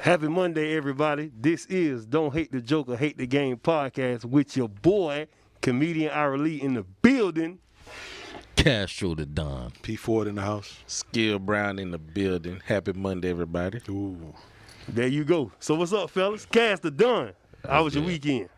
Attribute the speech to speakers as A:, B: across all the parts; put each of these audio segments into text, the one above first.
A: Happy Monday, everybody. This is Don't Hate the Joker, Hate the Game podcast with your boy, comedian Ira Lee in the building.
B: Castro the Don.
C: P Ford in the house.
D: Skill Brown in the building. Happy Monday, everybody.
C: Ooh.
A: There you go. So what's up, fellas? Cast the Dunn. How was your
B: good.
A: weekend?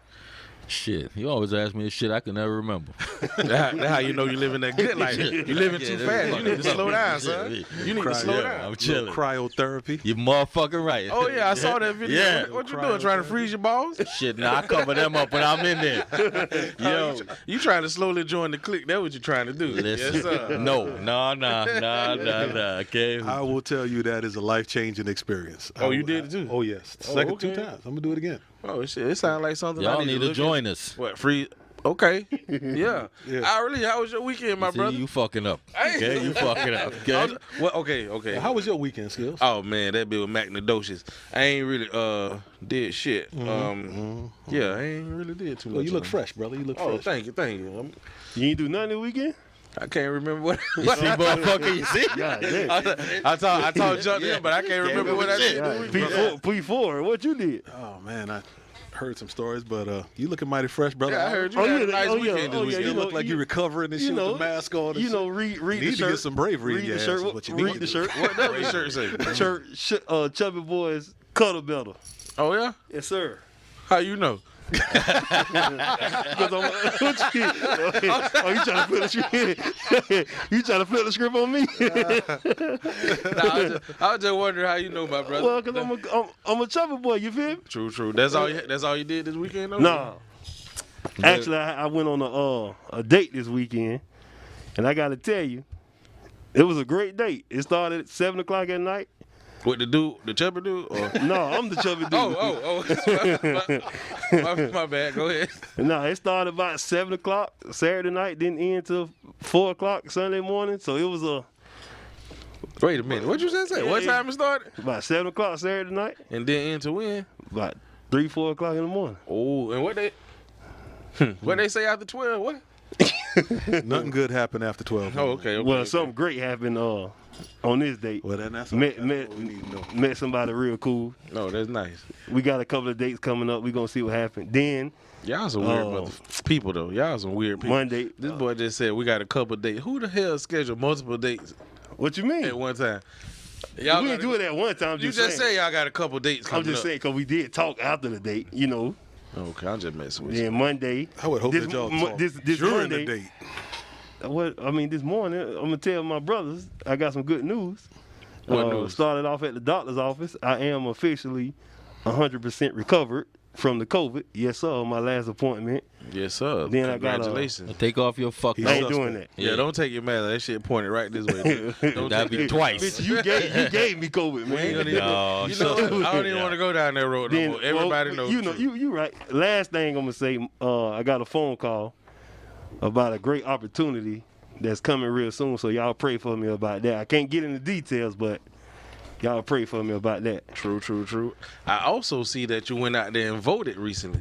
B: Shit, you always ask me this shit I can never remember.
D: That's how, that how you know you're living that good life. You're living too fast. You need to slow down, son. You need to slow
B: Yeah,
D: down.
B: I'm chilling.
C: Cryotherapy.
B: You motherfucking right.
D: Oh yeah, I saw that video.
B: Yeah.
D: What, what you doing? Trying to freeze your balls?
B: Shit, now I cover them up when I'm in there.
D: Yo, you, you trying to slowly join the clique? That's what you're trying to do.
B: Listen,
D: Yes, sir.
B: no, no, no, no, no, no. Okay,
C: I will tell you that is a life changing experience.
D: Oh,
C: I
D: you
C: will-
D: did it too?
C: Oh yes,
D: Oh,
C: second two
D: okay.
C: times. I'm gonna do it again.
D: Oh shit, it sounds like something. I
B: y'all
D: need,
B: need
D: to
B: to
D: look
B: join us.
D: at. What free? Okay. Yeah.
C: Yeah.
D: I really. How was your weekend, my
B: See,
D: brother?
B: you fucking up.
D: Hey.
B: Okay, you fucking up.
D: I
B: Okay,
D: was- well, okay, okay.
C: How was your weekend, Skills?
D: Oh man, that bit with Macnadocious. I ain't really uh did shit.
B: Mm-hmm.
D: Um, yeah, I ain't really did too much.
C: well, you look
D: man.
C: fresh, brother. You look
D: Oh,
C: fresh.
D: thank you, thank you. I'm,
A: You ain't do nothing this weekend?
D: I can't remember what.
B: you see, motherfucker, you see?
A: God damn.
D: I, I told I told Junk yeah. but I can't remember what I did.
A: P4, P4, what you did?
C: Oh man, I heard some stories, but uh, you looking mighty fresh, brother.
D: Yeah, I heard you
A: Oh,
D: had
A: yeah,
D: a nice
A: oh, yeah,
D: weekend this
A: oh, yeah,
C: You,
D: weekend.
A: know,
C: look like
A: you-
C: you recovering and
A: you
C: shit
A: know,
C: with the mask on. And
A: You
C: shit.
A: know, read read
C: Need
A: the
C: to
A: shirt.
C: get some bravery in
A: Read
C: your
A: the
C: ass
A: shirt.
C: is what you need
A: read
C: to
A: the
C: do.
A: shirt.
D: What does your shirt say?
A: Church, sh- uh, Chubby Boys Cuddle Battle.
D: Oh yeah,
A: Yes, sir.
D: how you know?
A: Because I'm. What you, oh, you trying to flip the script? you trying to flip the script on me?
D: Nah, I, was just, I was just wondering how you know, my brother.
A: well, because I'm a, I'm, I'm a chubby boy, you feel me?
D: true, true. That's all. You, that's all you did this weekend. though?
A: Nah. Actually, I, I went on a uh, a date this weekend, and I got to tell you, it was a great date. It started at seven o'clock at night.
D: With the dude, the chubby dude. Or?
A: No, I'm the chubby dude.
D: Oh, oh, oh! my, my- my bad. Go ahead.
C: oh.
A: No, it started about seven o'clock Saturday night, didn't end till four o'clock Sunday morning. So it was uh, a
D: Wait a minute. What you just say? What
A: Yeah.
D: time it started?
A: about seven o'clock Saturday night,
D: And then into when?
A: about three four o'clock in the morning.
D: Oh, and what they? hmm, What they say after twelve? What?
C: Nothing good happened after twelve.
D: Oh, okay. okay.
A: Well, something great happened uh, on this date.
C: Well, then that's
A: Met
C: that's
A: met
C: what we need to know.
A: met somebody real cool.
D: No, that's nice.
A: We got a couple of dates coming up. We gonna see what happened. Then
D: Y'all some weird
A: Oh.
D: mother people though. Y'all some weird people.
A: Monday.
D: Um, This boy just said we got a couple dates. Who the hell scheduled multiple dates
A: What you mean?
D: at one time? Y'all
A: we
D: got
A: didn't
D: a-
A: do it at one time. I'm
D: You
A: just
D: just
A: saying.
D: say y'all got a couple dates
A: I'm
D: coming
A: just
D: up.
A: saying because we did talk after the date, you know.
D: Okay, I'm just messing with you.
A: Then Monday.
C: I would hope
A: this,
C: that y'all
A: mo-
C: talk
A: this this
C: during
A: Monday, Uh,
C: the date.
A: What I mean this morning, I'm gonna tell my brothers I got some good news.
D: What
A: Uh,
D: news?
A: Started off at the doctor's office. I am officially 100% recovered from the COVID. Yes, sir. My last appointment.
D: Yes, sir.
A: Then I got a-
D: Congratulations.
B: take off your fucking.
A: I ain't doing that.
D: yeah,
B: Yeah.
D: don't take your mask. That shit pointed right this way. dude. Don't
B: That'd
D: take
B: be
D: that-
B: twice.
A: Bitch, you gave you gave me COVID,
D: We ain't
A: man.
B: No,
D: gonna even- you know,
B: so-
D: I don't even want to go down that road no
A: Then-
D: more. Everybody
A: well,
D: knows.
A: You
D: the
A: know,
D: truth.
A: you you right. Last thing I'm gonna say, uh, I got a phone call about a great opportunity that's coming real soon. So y'all pray for me about that. I can't get into details, but y'all pray for me about that.
D: True, true, true. I also see that you went out there and voted recently.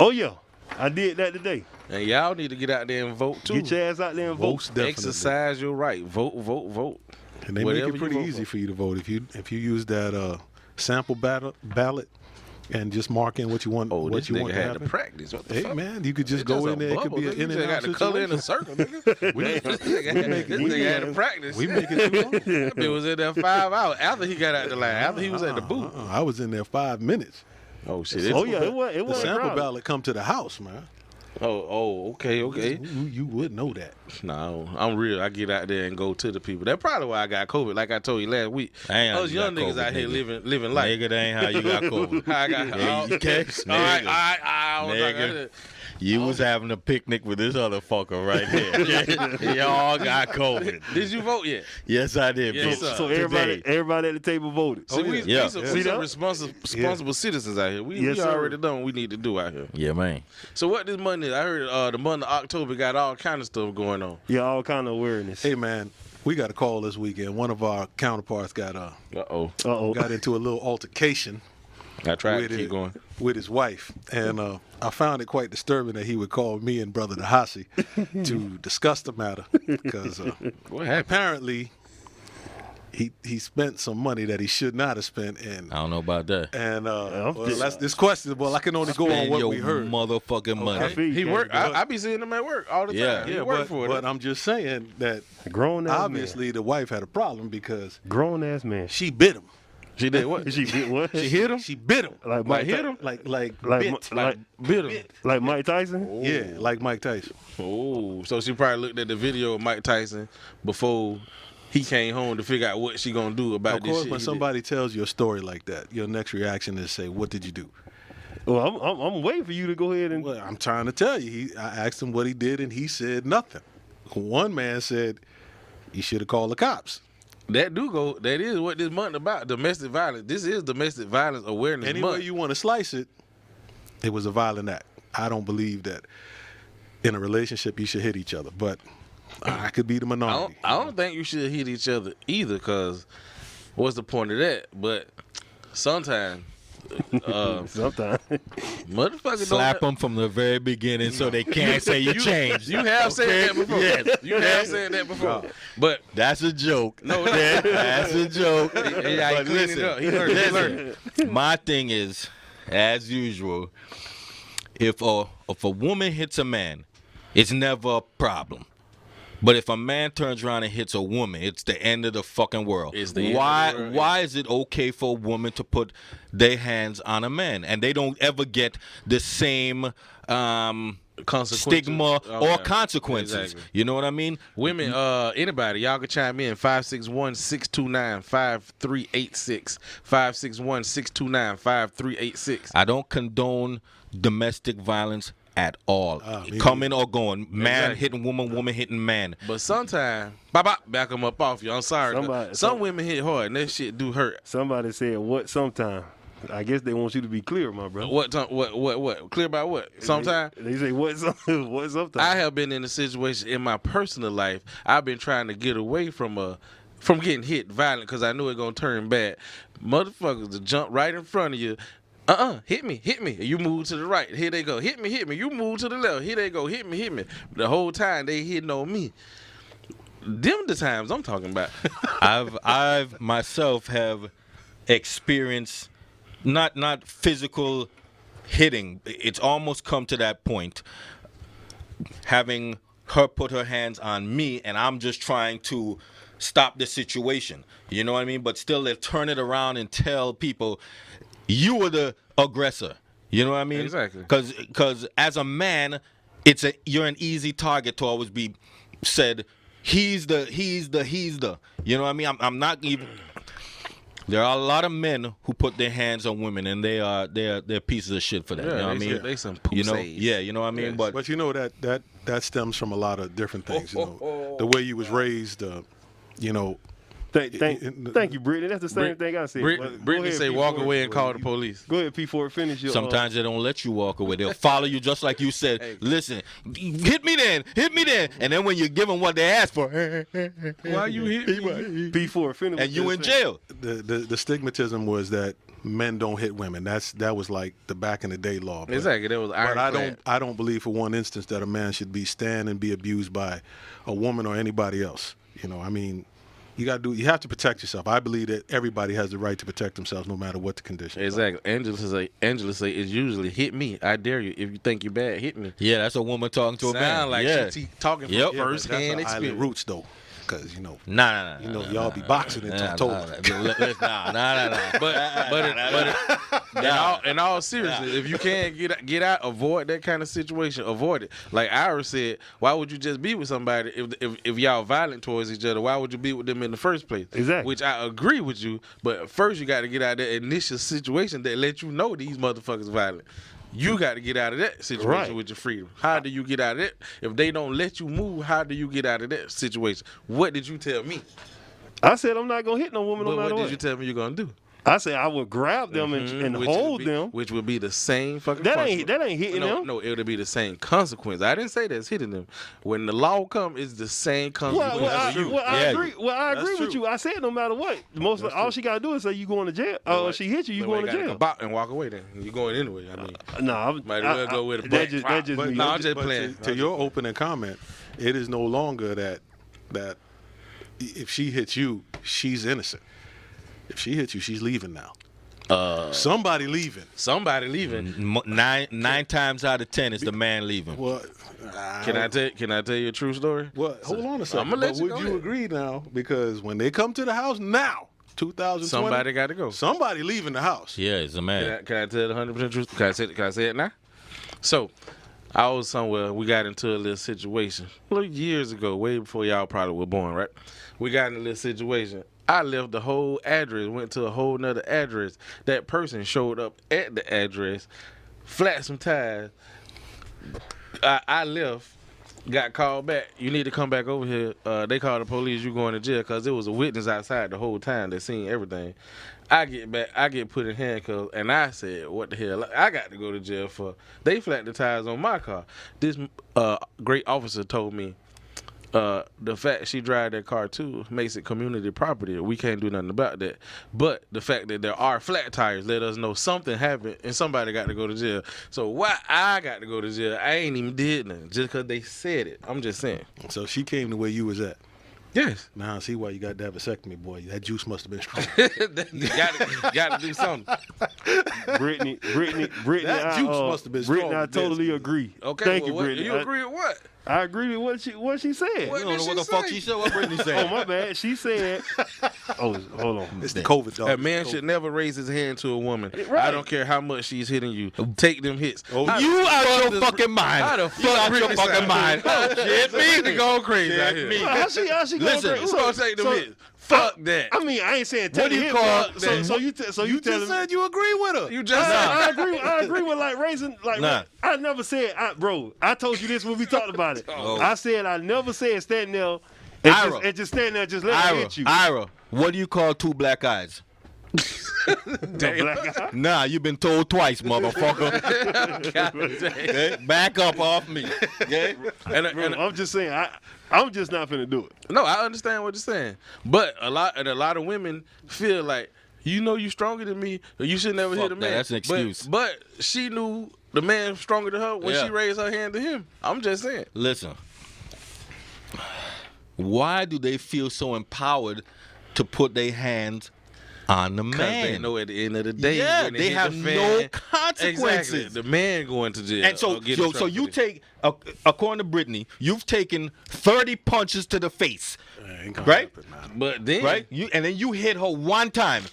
A: Oh yeah, I did that today.
D: And y'all need to get out there and vote too.
A: Get your ass out there and vote.
C: Most definitely.
D: Exercise your right. Vote, vote, vote.
C: And they make
D: Whatever you
C: it pretty
D: vote
C: easy
D: for.
C: for you to vote if you if you use that uh, sample ballot ballot and just mark in what you want
D: Oh,
C: what
D: this
C: you
D: nigga
C: want to
D: had to
C: happen.
D: practice. What the
C: Hey
D: fuck?
C: man, you could just
D: It's
C: go
D: a
C: in there. It could
D: bubble,
C: be an
D: nigga.
C: in
D: You
C: and
D: just
C: out
D: got the color in a
C: situation.
D: circle, nigga. We, this nigga, this nigga had to practice.
C: We make it. Too long.
D: That bitch was in there five hours after he got out the line. After he was at the booth.
C: Uh-uh. I was in there five minutes.
D: Oh shit!
A: Oh
D: it's-
A: yeah, it was. It
C: The
A: was
C: sample
A: crowded.
C: ballot come to the house, man.
D: Oh oh okay okay.
C: You, you would know that.
D: No, I'm real. I get out there and go to the people. That's probably why I got COVID. Like I told you last week.
B: Damn,
D: Those
B: you
D: young
B: got
D: niggas
B: COVID,
D: out here
B: nigga.
D: living living life.
B: Nigga, that ain't how you got COVID.
D: I got
B: Yeah, you catch,
D: all right, all
B: nigga.
D: right, all right. I was like, I
B: Nigga.
D: did-
B: You was having a picnic with this other fucker right here. Y'all got COVID.
D: Did you vote yet?
B: Yes, I did.
D: Yes,
B: bitch.
C: uh,
D: sir.
A: So everybody,
B: Today.
A: everybody at the table voted.
D: See, we,
B: yeah.
D: we some,
B: Yeah.
D: we
A: See
D: some
A: that?
D: responsible, responsible citizens out here. We,
A: Yes,
D: we
A: sir.
D: already done what we need to do out here.
B: Yeah, man.
D: So what this month is? I heard uh, the month of October got all kind of stuff going on.
A: Yeah, all kind of awareness.
C: Hey man, we got a call this weekend. One of our counterparts got uh
D: Uh oh,
A: uh oh.
C: got into a little altercation
D: I tried
C: with
D: to keep
C: his,
D: going.
C: with his wife, and uh, I found it quite disturbing that he would call me and brother Nahasi to discuss the matter because uh,
D: What happened?
C: apparently he he spent some money that he should not have spent, and
B: I don't know about that.
C: and
A: Yeah,
C: uh,
A: I'm
C: well,
A: just-
C: that's this question. Well, I can only go on
B: Spend
C: what
B: your
C: we heard.
B: motherfucking money.
A: I feel you,
D: He
A: Candy,
D: work.
A: but
D: I, I be seeing him at work all the
B: Yeah.
D: time.
B: Yeah,
D: he work for it.
C: but uh, I'm just saying that
A: a grown ass
C: obviously the wife had a problem because
A: man. grown ass man.
C: she bit him.
D: she did what?
A: She bit what?
D: She hit him.
C: She bit him.
A: like
D: Like
A: Mike,
D: hit him.
C: Like like
A: like
C: bit.
A: Mi- like
D: Bit him.
A: like Mike Tyson.
C: yeah, like Mike Tyson.
D: Oh, so she probably looked at the video of Mike Tyson before he came home to figure out what she gonna do about
C: Of
D: this
C: course,
D: shit.
C: when
D: he did.
C: somebody tells you a story like that, your next reaction is say, "What did you do?"
A: Well, I'm, I'm I'm waiting for you to go ahead and
C: Well, I'm trying to tell you. He, I asked him what he did, and he said nothing. One man said, "You should have called the cops."
D: that do go, that is what this month about domestic violence. This is domestic violence awareness
C: Any way
D: month.
C: you want to slice it, it was a violent act. I don't believe that in a relationship you should hit each other, but I could be the
D: I don't,
C: minority.
D: I don't think you should hit each other either, cause what's the point of that? But sometimes uh,
A: sometimes.
D: motherfuckers
B: Slap
D: don't
B: them from the very beginning so they can't say you changed.
D: You have said that before.
B: Yes.
D: You have said that before. But
B: That's a joke. No, that's a joke.
D: yeah, he
B: But
D: cleaned it up. He learned. He learned.
B: My thing is, as usual, if a if a woman hits a man, it's never a problem. But if a man turns around and hits a woman, it's the end of the fucking world.
D: It's the end of the
B: why
D: world,
B: why is it okay for a woman to put their hands on a man and they don't ever get the same um
D: Consequences.
B: stigma
D: Oh,
B: or
D: yeah.
B: consequences.
D: Exactly.
B: You know what I mean?
D: Women, uh, anybody, y'all can chime in 561 629 5386. 561 629 5386.
B: I don't condone domestic violence at all.
C: Ah, me
B: Coming or going, man
D: Exactly.
B: hitting woman, woman hitting man.
D: But sometimes, bop, bop, back them up off you. I'm sorry.
A: Somebody-
D: some,
A: some-
D: women hit hard and that shit do hurt.
A: Somebody said what sometime. I guess they want you to be clear, my brother.
D: What, time- what, what, what? Clear about what? Sometimes.
A: They, they say what some what sometime.
D: I have been in a situation in my personal life. I've been trying to get away from a from getting hit violent because I knew it gonna turn bad. Motherfuckers to jump right in front of you. Uh uh hit me, hit me. You move to the right. Here they go. Hit me, hit me. You move to the left. Here they go. Hit me, hit me. The whole time they hitting on me. Them the times I'm talking about.
B: I've I've myself have experienced not not physical hitting. It's almost come to that point. Having her put her hands on me and I'm just trying to stop the situation. You know what I mean? But still they turn it around and tell people you were the aggressor. You know what I mean?
D: Exactly.
B: Cause cause as a man, it's a you're an easy target to always be said, he's the he's the he's the you know what I mean? I'm I'm not even there are a lot of men who put their hands on women, and they are they're they're pieces of shit for that. you know what I
D: they,
B: mean?
D: some- they some poop
B: you know,
D: saves.
B: yeah, you know what I mean.
D: Yes.
B: But
C: But you know that that that stems from a lot of different things. You know, the way you was raised, uh, you know,
A: thank, thank,
C: it- it-
A: thank you, Brittany. That's the same
D: Brit-
A: thing I said.
D: Brit-
A: But go
D: Brittany
A: ahead,
D: say walk
A: P4,
D: away and
A: bro.
D: call the police.
A: Go ahead, P4. Finish your. uh,
B: sometimes they don't let you walk away. They'll follow you just like you said.
D: Hey.
B: Listen, hit me then, hit me then, and then when you give them what they ask for,
D: Why you hit me?
A: P4. Finish.
B: and you in jail.
C: the, the the stigmatism was that men don't hit women. That's that was like the back in the day law. but-
D: Exactly. That was
C: But I
D: ironclad.
C: don't I don't believe for one instance that a man should be stand and be abused by a woman or anybody else. You know, I mean, you got to do you have to protect yourself. I believe that everybody has the right to protect themselves no matter what the condition.
D: Exactly. Angela say Angela say it's usually hit me. I dare you. If you think you bad, hit me.
B: Yeah, that's a woman talking to a man.
D: Sound like
B: yeah.
D: she te- talking
B: Yep.
D: from
B: Yeah, but
D: first hand
C: That's our island
D: experience.
C: roots though, because you know
B: Nah, nah, nah.
C: you know
B: nah,
C: y'all
B: nah,
C: be boxing
B: nah,
C: until
B: nah,
C: October.
B: Nah, nah, nah, nah, nah.
D: But but it, but it, in all in all seriousness, if you can get out- get out, avoid that kind of situation. Avoid it. Like Ira said, why would you just be with somebody if if, if y'all violent towards each other? Why would you be with them in the first place?
A: Exactly.
D: Which I agree with you. But first, you got to get out of that initial situation that let you know these motherfuckers violent. You got to get out of that situation
A: Right.
D: with your freedom. How do you get out of that? If they don't let you move, how do you get out of that situation? What did you tell me?
A: I said I'm not gonna hit no woman
D: But
A: no
D: what
A: matter
D: did
A: what.
D: you tell me you're gonna do?
A: I said I would grab them and, and
D: Mm, Which would
A: hold
D: be-
A: them.
D: which would be the same fucking.
A: That ain't-
D: consequence.
A: that ain't hitting
D: no,
A: them.
D: No, it'll be the same consequence. I didn't say that's hitting them. When the law come, it's the same consequence
A: Well, well, I,
D: for you.
A: well, I
B: Yeah.
A: agree. Well, I agree with
C: true.
A: you. I said no matter what, most of, all she gotta do is say you going to jail.
D: Then
A: Oh,
D: why-
A: if she hit you, you
D: then why
A: going to
D: gotta
A: jail.
D: Bop and walk away. Then you're going anyway. I mean,
A: No, I'm,
D: might as
A: I-
D: well go
A: I-
D: with a
A: that
D: black
A: just
D: rock.
A: that just
D: But
A: me.
D: no,
A: That
D: I'm just
C: but
D: playing.
C: To, uh, to your opening comment, it is no longer that that if she hits you, she's innocent. If she hits you, she's leaving now.
D: Uh,
C: Somebody leaving.
D: Somebody leaving.
B: Mo- Nine nine times out of ten, it's the man leaving.
C: Well,
D: Can I tell? Can I tell you a true story?
C: Well, hold on a 2nd
D: I'ma let
C: but
D: you
C: would
D: go
C: you
D: ahead.
C: agree now? Because when they come to the house now, 2020,
D: Somebody got to go.
C: somebody leaving the house.
B: Yeah, it's a
D: Can
B: man.
D: I, can I tell the hundred percent truth? Can I say? Can I say it now? So, I was somewhere. We got into a little situation like years ago, way before y'all probably were born, right? We got in a little situation. I left the whole address, went to a whole nother address. That person showed up at the address, flat some tires. I, I left. Got called back. You need to come back over here. Uh, they called the police. You going to jail because there was a witness outside the whole time that seen everything. I get back. I get put in handcuffs, and I said, "What the hell? I got to go to jail for." They flat the tires on my car. This uh, great officer told me, uh, the fact she drive that car too makes it community property. We can't do nothing about that. But the fact that there are flat tires let us know something happened and somebody got to go to jail. So why I got to go to jail? I ain't even did nothing just because they said it. I'm just saying.
C: So she came to where you was at.
D: Yes,
C: Now I see why you got that vasectomy, boy. That juice must have been strong.
D: got to do something.
A: Brittany, Brittany, Brittany.
C: That
A: I,
C: juice
A: uh,
C: must have been
A: Brittany,
C: strong
A: I
C: with this.
A: totally agree.
D: Okay,
A: thank
D: well,
A: you,
D: what,
A: Brittany.
D: you agree with what?
A: I, I agree with what she what she said.
D: What?
B: You don't know what the fuck she said. What Brittany
A: Oh
B: said.
A: my bad. She said. oh, hold on.
C: it's the COVID dog.
D: A man should never raise his hand to a woman.
A: Oh, Right.
D: I don't care how much she's hitting you. Take them hits.
C: Oh,
D: How the
B: You
D: fuck
B: out your
D: does-
B: fucking mind.
D: How the
B: you
D: fuck
B: out your
D: Britney
B: fucking
D: sound?
B: mind. Oh,
D: Shit, me to go crazy out here.
B: me.
A: How she how she gonna
B: Listen,
A: agree?
D: Who's
A: So-
D: gonna take them
A: so- uh,
D: hits? Fuck that.
A: I mean, I ain't saying take
B: What do you
A: hit,
B: call
A: but- So,
B: that?
A: so you t- so you,
C: You
A: telling
C: just said you agree with
A: uh,
C: her.
D: You just
A: I agree. I agree with like raising. Like
B: Nah.
A: I never said, I, bro. I told you this when we talked about it.
B: Oh.
A: I said I never said stand there and,
B: Ira.
A: just, and just stand there and just let it
B: Ira,
A: hit you.
B: Ira, what do you call two black eyes?
A: The black eye.
B: Nah, you've been told twice, motherfucker.
A: uh,
B: Okay? Back up off me. Okay?
D: and,
A: Bro,
D: and,
A: I'm just saying. I I'm just not finna do it.
D: no, I understand what you're saying, but a lot and a lot of women feel like you know you stronger than me. Or you should never
B: Fuck
D: hit a
B: that,
D: man.
B: that's an
D: But-
B: excuse.
D: But, she knew the man stronger than her when
B: Yeah.
D: she raised her hand to him. I'm just saying.
B: Listen, why do they feel so empowered to put their hands on the
D: 'Cause They
B: man?
D: know at the end of the day,
B: Yeah,
D: when
B: they
D: hit
B: have
D: the
B: no
D: fan, Exactly,
B: consequences.
D: the man going to jail.
B: and so,
D: or get
B: so,
D: in
B: so
D: trouble
B: you
D: for this.
B: take, ac- according to Brittany, you've taken 30 punches to the face,
C: Ain't gonna
B: Right?
C: happen, man.
D: but then
B: right? You And then you hit her one time.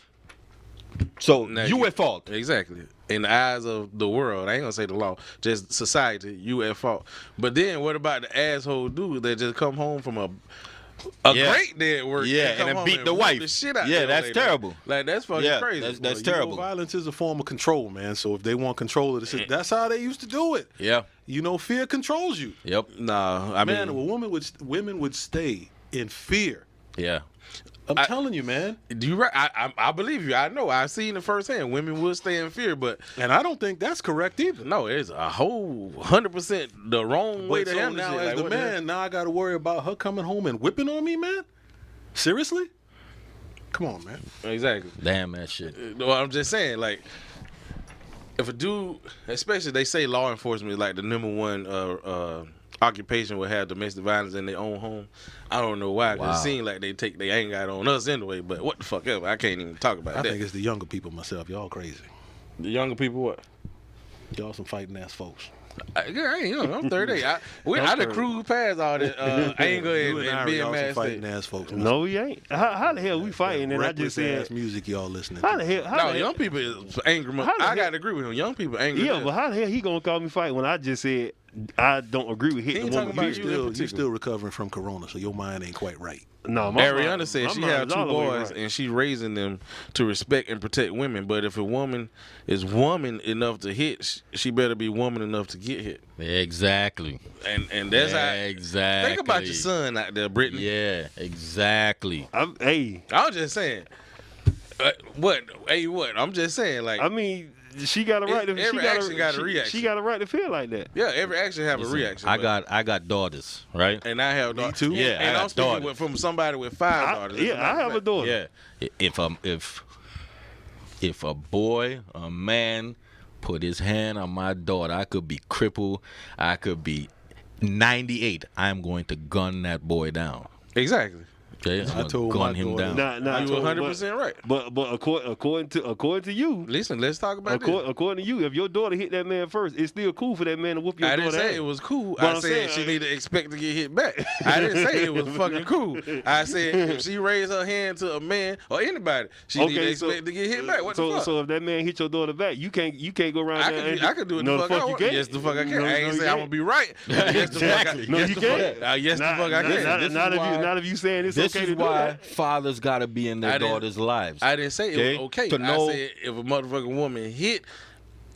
B: So
D: Now
B: you
D: you-
B: at fault.
D: Exactly. In the eyes of the world, I ain't gonna say the law, just society, you at fault. But then what about the asshole dude that just come home from a a
B: Yeah.
D: great day at work?
B: Yeah,
D: come
B: and then
D: home
B: beat the
D: whoop
B: wife.
D: The shit out
B: Yeah,
D: that
B: that's
D: lady.
B: terrible.
D: Like that's fucking
B: Yeah,
D: crazy.
B: that's- that's
C: You know,
B: terrible.
C: violence is a form of control, man. So if they want control of the si- that's how they used to do it.
B: Yeah.
C: You know, fear controls you.
B: Yep.
D: nah, I
C: man,
D: mean,
C: a woman would women would stay in fear.
B: Yeah.
C: I'm telling you, man.
D: do you right? I, I I believe you. I know. I've seen it firsthand. Women will stay in fear, but
C: And I don't think that's correct either.
D: no, it's a whole hundred percent the wrong way
C: Wait,
D: to
C: so
D: handle
C: now
D: shit.
C: as
D: Like,
C: the
D: what the
C: man,
D: hell?
C: now I got to worry about her coming home and whipping on me, man. Seriously? Come on, man.
D: exactly.
B: Damn that shit.
D: Well, I'm just saying, like, if a dude, especially they say law enforcement is like the number one uh, uh, occupation will have domestic violence in their own home. I don't know why. 'cause
B: Wow.
D: It seems like they take they ain't got on us anyway. But what the fuck ever. I can't even talk about
C: I
D: that.
C: think it's the younger people myself. Y'all crazy.
D: the younger people what?
C: Y'all some fighting ass folks.
D: I, yeah, I ain't young. I'm 38. I, we, I done cruised past all that uh, anger
C: You
D: and,
C: and
D: and,
C: I are
D: being
C: y'all some
D: mad.
C: fighting
D: state.
C: ass folks.
A: No, we ain't. How, how the hell we fighting? And I
C: Reckless
A: just said,
C: ass music y'all listening.
A: how
C: to.
A: the hell? How
D: No,
A: the hell?
D: young people is angry. mo-
A: How the
D: I
A: hell-
D: gotta agree with him. Young people angry.
A: Yeah,
D: as
A: but how the hell he gonna call me fight when I just said I don't agree with
D: He
A: hitting
D: ain't
A: the
D: talking
A: woman?
D: about
A: period?
C: you
D: in
C: still you
D: particular.
C: still recovering from corona, so your mind ain't quite right.
A: No, my
D: Ariana
A: mind-
D: said
A: my
D: she
A: mind
D: had
A: is
D: two
A: all the way
D: boys
A: right.
D: and she raising them to respect and protect women. But if a woman is woman enough to hit, sh- she better be woman enough to get hit.
B: Exactly.
D: And and that's how.
B: exactly.
D: Think about your son out there, Brittany.
B: Yeah, exactly.
A: I'm, hey,
D: I'm just saying. Uh, what? Hey, what? I'm just saying. Like,
A: I mean, she got a right to.
D: It's- every
A: she got
D: action got a
A: she-
D: reaction.
A: She got a right to feel like that.
D: yeah, every action have a reaction.
B: I
D: but-
B: got I got daughters, right?
D: And I have daughters.
C: too.
B: Yeah, I
D: and
B: got
D: I'm speaking
B: daughters.
D: with, from somebody with five
A: I,
D: daughters.
A: yeah, I have a daughter.
B: Yeah. I- If um if if a boy, a man put his hand on my daughter, I could be crippled, I could be 98. I'm going to gun that boy down.
D: Exactly.
B: Okay, I'm gonna
C: told
B: gun
C: my
B: him
C: daughter-
B: down.
A: Not, not
D: You
A: told,
D: 100% right.
A: But but according, according to according to you,
D: Listen, let's talk about
A: according, according to you, if your daughter hit that man first, it's still cool for that man to whoop
D: this.
A: your
D: I
A: daughter.
D: didn't say
A: ass.
D: it was cool.
A: But
D: I
A: I'm
D: said
A: saying,
D: she
A: I-
D: need to expect to get hit back. I didn't say it was fucking cool. I said if she raised her hand to a man or anybody, she need to
A: so-
D: expect to get hit back. What
A: so,
D: the fuck?
A: so if that man hit your daughter back, you can't you can't go around
D: I
A: there
D: can,
A: and-
D: do, I can do it
A: no,
D: the fuck, I
A: you
D: want.
A: can't.
D: Yes, the fuck I can.
A: No,
D: I
A: no,
D: ain't
A: you
D: say I'm gonna
A: can't.
D: be right. Yes, the fuck I
B: Exactly.
D: can.
A: No,
B: Yes,
A: you
B: the fuck-
A: can't.
D: Uh, yes, the
A: Not-
D: fuck
A: not-
D: I can.
A: Not,
B: This is
A: not if you
B: why-
A: not if you saying it's
B: this
A: okay to
B: is
A: do
B: why
A: that.
B: fathers got to be in
D: I
B: their
D: didn't-
B: daughters' lives.
D: I didn't say it was okay.
B: Okay? To know-
D: I said if a motherfucking woman hit,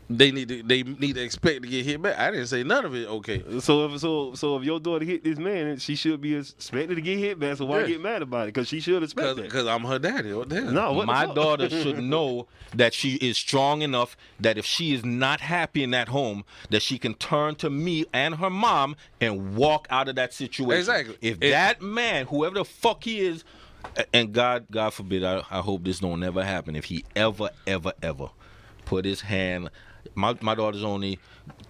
D: they need to they need to expect to get hit back. I didn't say none of it okay.
A: So if so so if your daughter hit this man, she should be expected to get hit back. So why
D: Yeah.
A: get mad about it? Because she should expect that.
D: Because I'm her daddy. Oh, What the hell?
A: No, what the
B: My
A: fuck?
B: daughter should know that she is strong enough that if she is not happy in that home, that she can turn to me and her mom and walk out of that situation.
D: Exactly.
B: If
D: It-
B: that man, whoever the fuck he is, a- and God, God forbid, I, I hope this don't ever happen. If he ever, ever, ever put his hand, my my daughter's only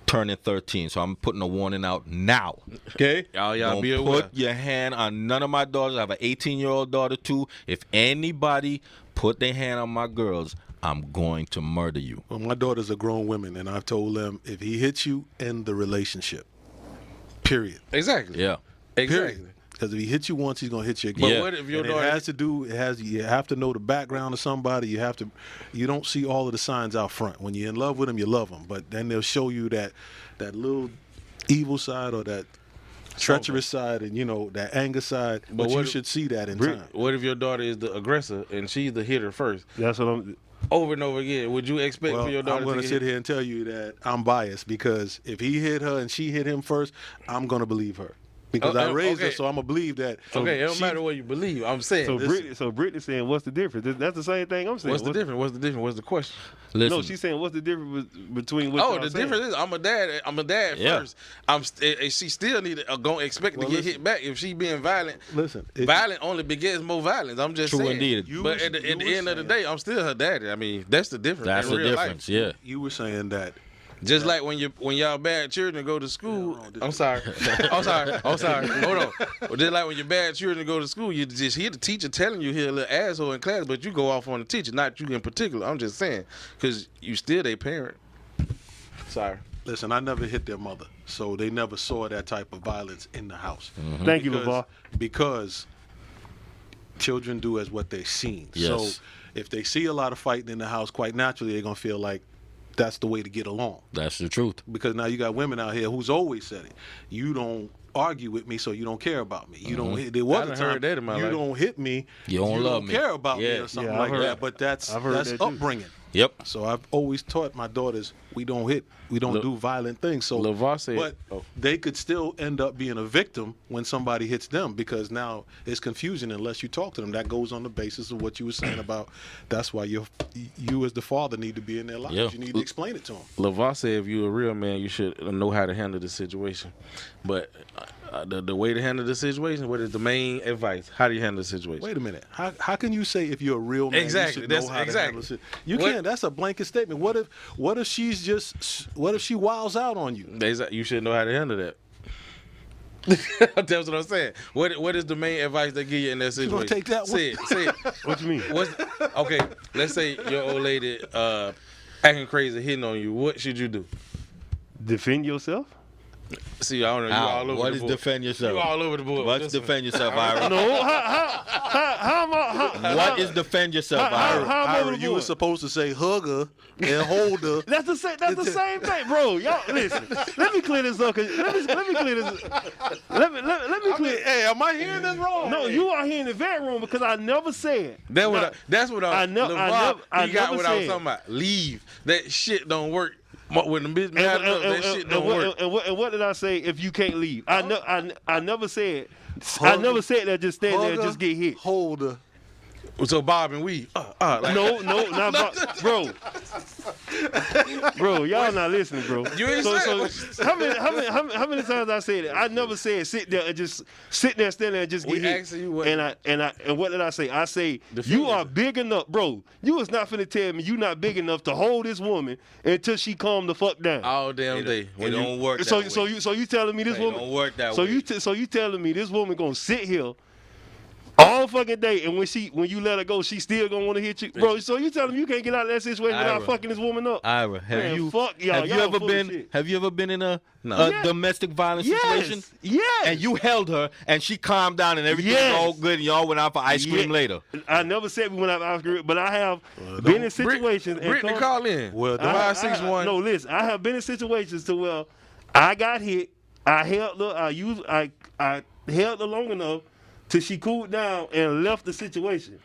B: turning 13, so I'm putting a warning out now. Okay,
D: Y'all- y'all
B: Don't
D: be aware.
B: put your hand on none of my daughters. I have an 18 year old daughter too. If anybody put their hand on my girls, I'm going to murder you.
C: Well, my daughters are grown women, and I've told them if he hits you, end the relationship. Period.
D: Exactly.
B: Yeah.
D: Exactly.
C: Period. Because if he hits you once, he's gonna hit you again.
D: But
B: Yeah.
D: what if your
C: And it
D: daughter?
C: has to do. It has. You have to know the background of somebody. You have to. You don't see all of the signs out front. When you're in love with them, you love them. But then they'll show you that that little evil side or that treacherous side, and you know that anger side. But, you
D: what-
C: should see that in time.
D: what if your daughter is the aggressor and she's the hitter first?
A: That's what I'm.
D: Over and over again, would you expect
C: Well,
D: for your daughter
C: I'm going
D: to
C: to
D: get
C: sit
D: hit?
C: here and tell you that I'm biased because if he hit her and she hit him first, I'm going to believe her because
D: Oh,
C: I
D: oh,
C: raised her,
D: okay.
C: so I'm going to believe that.
D: Okay, it don't
C: she-
D: matter what you believe. I'm saying.
A: So
D: listen,
A: Brittany, so Brittany saying, "What's the difference?" That- That's the same thing I'm saying.
D: what's the difference? What's the difference? What's the question?
B: Listen,
A: No, she's saying, "What's the difference be- between what?"
D: Oh,
A: y'all
D: the
A: saying?
D: difference is I'm a dad. I'm a dad
B: Yeah.
D: first. I'm st- and she still need to, uh, gonna expect
C: Well,
D: to get
C: listen.
D: hit back if she being violent.
C: Listen, if-
D: violent only begets more violence. I'm just
B: True
D: saying.
B: indeed. You
D: but
C: was-
D: at the,
C: you
D: at the
C: was
D: end of the
C: saying-
D: day, I'm still her daddy. I mean, that's the difference.
B: that's
D: in
B: the
D: real life.
B: difference. Yeah.
C: You were saying that.
D: Just like when you when y'all bad children go to school.
C: wrong,
D: I'm sorry. I'm sorry. I'm sorry. Hold on. Well, Just like when your bad children go to school, you just hear the teacher telling you here a little asshole in class, but you go off on the teacher, not you in particular. I'm just saying, cause you still they parent. Sorry.
C: Listen, I never hit their mother, so they never saw that type of violence in the house.
A: Mm-hmm. Thank you,
C: because,
A: LeVar.
C: because children do as what they've seen.
B: Yes.
C: So if they see a lot of fighting in the house, quite naturally they're gonna feel like that's the way to get along.
B: That's the truth.
C: because now you got women out here who's always said it. You don't argue with me, so you don't care about me. You don't. hit There was
D: Mm-hmm. I
C: a
D: done
C: time
D: heard that in my
C: you
D: life.
C: don't hit me.
B: You don't love me.
C: Care about me
B: Yeah.
C: or something
A: Yeah, I've
C: like
A: heard
C: that.
A: that.
C: But that's
A: I've heard
C: that's
A: that too.
C: upbringing.
B: Yep.
C: So I've always taught my daughters we don't hit, we don't
D: Le-
C: do violent things. So
D: LeVar said-
C: but
D: oh.
C: they could still end up being a victim when somebody hits them because now it's confusion unless you talk to them. That goes on the basis of what you were saying about. That's why you you as the father need to be in their lives.
B: Yeah.
C: You need to explain it to them.
D: LeVar said, if you're a real man, you should know how to handle the situation. But uh, uh, the, the way to handle the situation, what is the main advice? How do you handle the situation?
C: Wait a minute. How, how can you say if you're a real man?
D: Exactly.
C: You should
D: That's-
C: know how To
D: exactly.
C: handle shit? You
D: What-
C: can't. That's a blanket statement. What if what if she's just what if she wows out on you?
D: They say you should know how to handle that. That's what I'm saying. What What is the main advice they give you in that situation?
C: gonna take that one?
D: Say it. Say it.
A: What you mean?
D: What's okay? Let's say your old lady uh, acting crazy, hitting on you. What should you do?
A: Defend yourself?
D: See, I don't know. You
B: Ow,
D: all over
B: what
D: the
B: is
D: board.
B: defend yourself?
D: You all over the board.
B: What's
D: This
B: defend yourself, Ira?
A: No. How, how, how, how am I? How,
B: What is defend yourself,
A: How-
B: Ira?
A: how- I'm over
C: Ira,
A: the
C: you were
A: board.
C: supposed to say hug her and hold her.
A: That's the same. That's the same thing, bro. Y'all listen. Let me clear this up. 'cause- Let me let me clear this. Let me let, me- let me clear.
C: hey, am I hearing this wrong?
A: No, you are here in the vet room because I never said.
D: That what I, that's what I,
A: I know- I
D: LeVar,
A: nev- I
D: he got
A: never
D: what I was
A: said.
D: talking about. Leave that shit don't work. Mo- When the bitch
A: And,
D: mad
A: and-
D: enough,
A: and-
D: that shit
A: and
D: don't
A: what,
D: work.
A: And what, and what did I say? If you can't leave, I know. I, n- I never said. I
C: Hug-
A: never said that. Just stand
C: hug
A: there and
C: her,
A: just get hit.
C: Hold her.
D: So Bob and we, uh, uh, like,
A: No, no, not about, bro. Bro, y'all not listening, bro.
D: You ain't
A: so,
D: said
A: so
D: what
A: how many how many how many how many times I said that? I never said sit there and just sit there, stand there and just get
D: We
A: hit.
D: asking you what-
A: and I and I and what did I say? I say
D: Defend
A: you are big enough, bro. You is not finna tell me you not big enough to hold this woman until she calm the fuck down.
D: all damn
B: It,
D: day.
B: it
D: When you-
B: don't work.
A: so
B: that
A: so
B: way.
A: you so you telling me this
B: It
A: woman
B: don't work that
A: so
B: way.
A: you t- so you telling me this woman gonna sit here all motherfucking day, and when she when you let her go, she still gonna want to hit you, bro. So you telling me you can't get out of that situation without
B: Ira.
A: fucking this woman up?
B: Ira, have
A: Man,
B: you
A: fuck y'all.
B: have you
A: Y'all
B: ever
A: full
B: been
A: of shit.
B: have you ever been in a,
D: No.
B: a
A: Yes.
B: domestic violence situation?
A: yes, yes.
B: And you held her, and she calmed down, and everything
A: Yes.
B: was all good, and y'all went out for ice cream
A: Yeah.
B: later.
A: I never said we went out ice cream, but I have been in situations. and
D: Brittany,
A: told-
D: call in.
C: Well,
A: I-
C: don't-
A: I-
D: five six one.
A: No, listen. I have been in situations to where I got hit. I held her. I used. I I held her long enough till she cooled down and left the situation.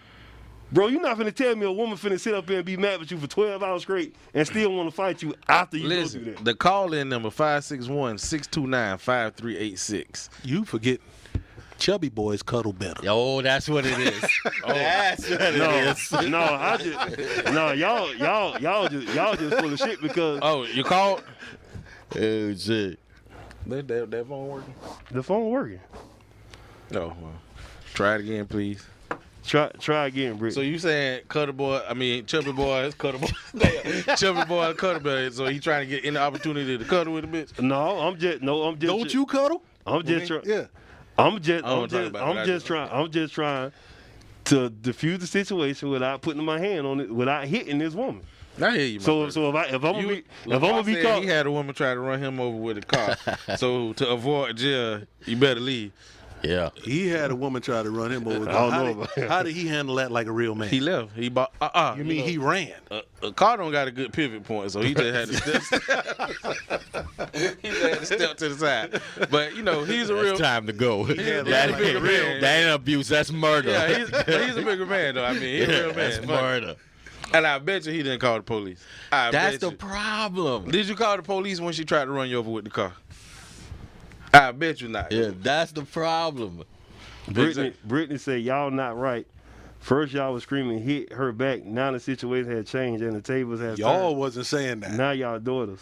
A: Bro, you're not finna tell me a woman finna sit up there and be mad with you for 12 hours straight and still want to fight you after you go
D: Listen,
A: through that.
D: the call in number 561 629 5386.
C: You forget chubby boys cuddle better.
B: Oh, that's what it is. Oh. That's what it is.
A: No, no, I just no y'all y'all y'all just y'all just full of shit because
D: Oh, you called?
B: Oh shit.
D: That, that, that phone working?
A: the phone working.
D: No. well, try it again, please.
A: Try try again, Britt.
D: So you saying Cutter Boy, I mean, Chubby Boy, Cutter Boy, Damn. Chubby Boy, Cutter Boy. So he trying to get any opportunity to cuddle with a bitch?
A: no, I'm just no, I'm just
C: Don't you cuddle?
A: I'm just trying.
C: Yeah.
A: I'm just,
D: I
A: I'm
D: don't talk
A: just,
D: about what I
A: I'm just
D: do.
A: trying, I'm just trying to diffuse the situation without putting my hand on it, without hitting this woman.
D: I hear you, my
A: So,
D: brother.
A: so if I, if I'm gonna
D: You-
A: be, if I'm
D: Lamar
A: gonna be
D: said
A: caught,
D: He had a woman try to run him over with a car. so to avoid jail, you better leave.
B: Yeah.
C: He had a woman try to run him over.
A: I don't
C: how,
A: know
C: did,
A: about that.
C: how did he handle that like a real man?
D: He left. He bought. Uh uh
C: you mean he ran?
A: Uh-huh.
D: A, a car Uh, don't got a good pivot point, so he just had to step. he just had to step to the side. But you know, he's a
B: It's
D: real.
B: time to go.
D: Yeah,
B: that,
D: that's a
B: ain't,
D: real-
B: that ain't abuse. That's murder.
D: Yeah, he's, but he's a bigger man though. I mean, he's a real
B: that's
D: man. But-
B: murder.
D: and I bet you he didn't call the police. I
B: That's
D: bet
B: the
D: you.
B: problem.
D: Did you call the police when she tried to run you over with the car? I bet you not.
B: Yeah, that's the problem.
A: Brittany, Brittany said, y'all not right. First, y'all was screaming, hit her back. Now the situation had changed and the tables had
C: Y'all
A: turned.
C: wasn't saying that.
A: Now y'all daughters.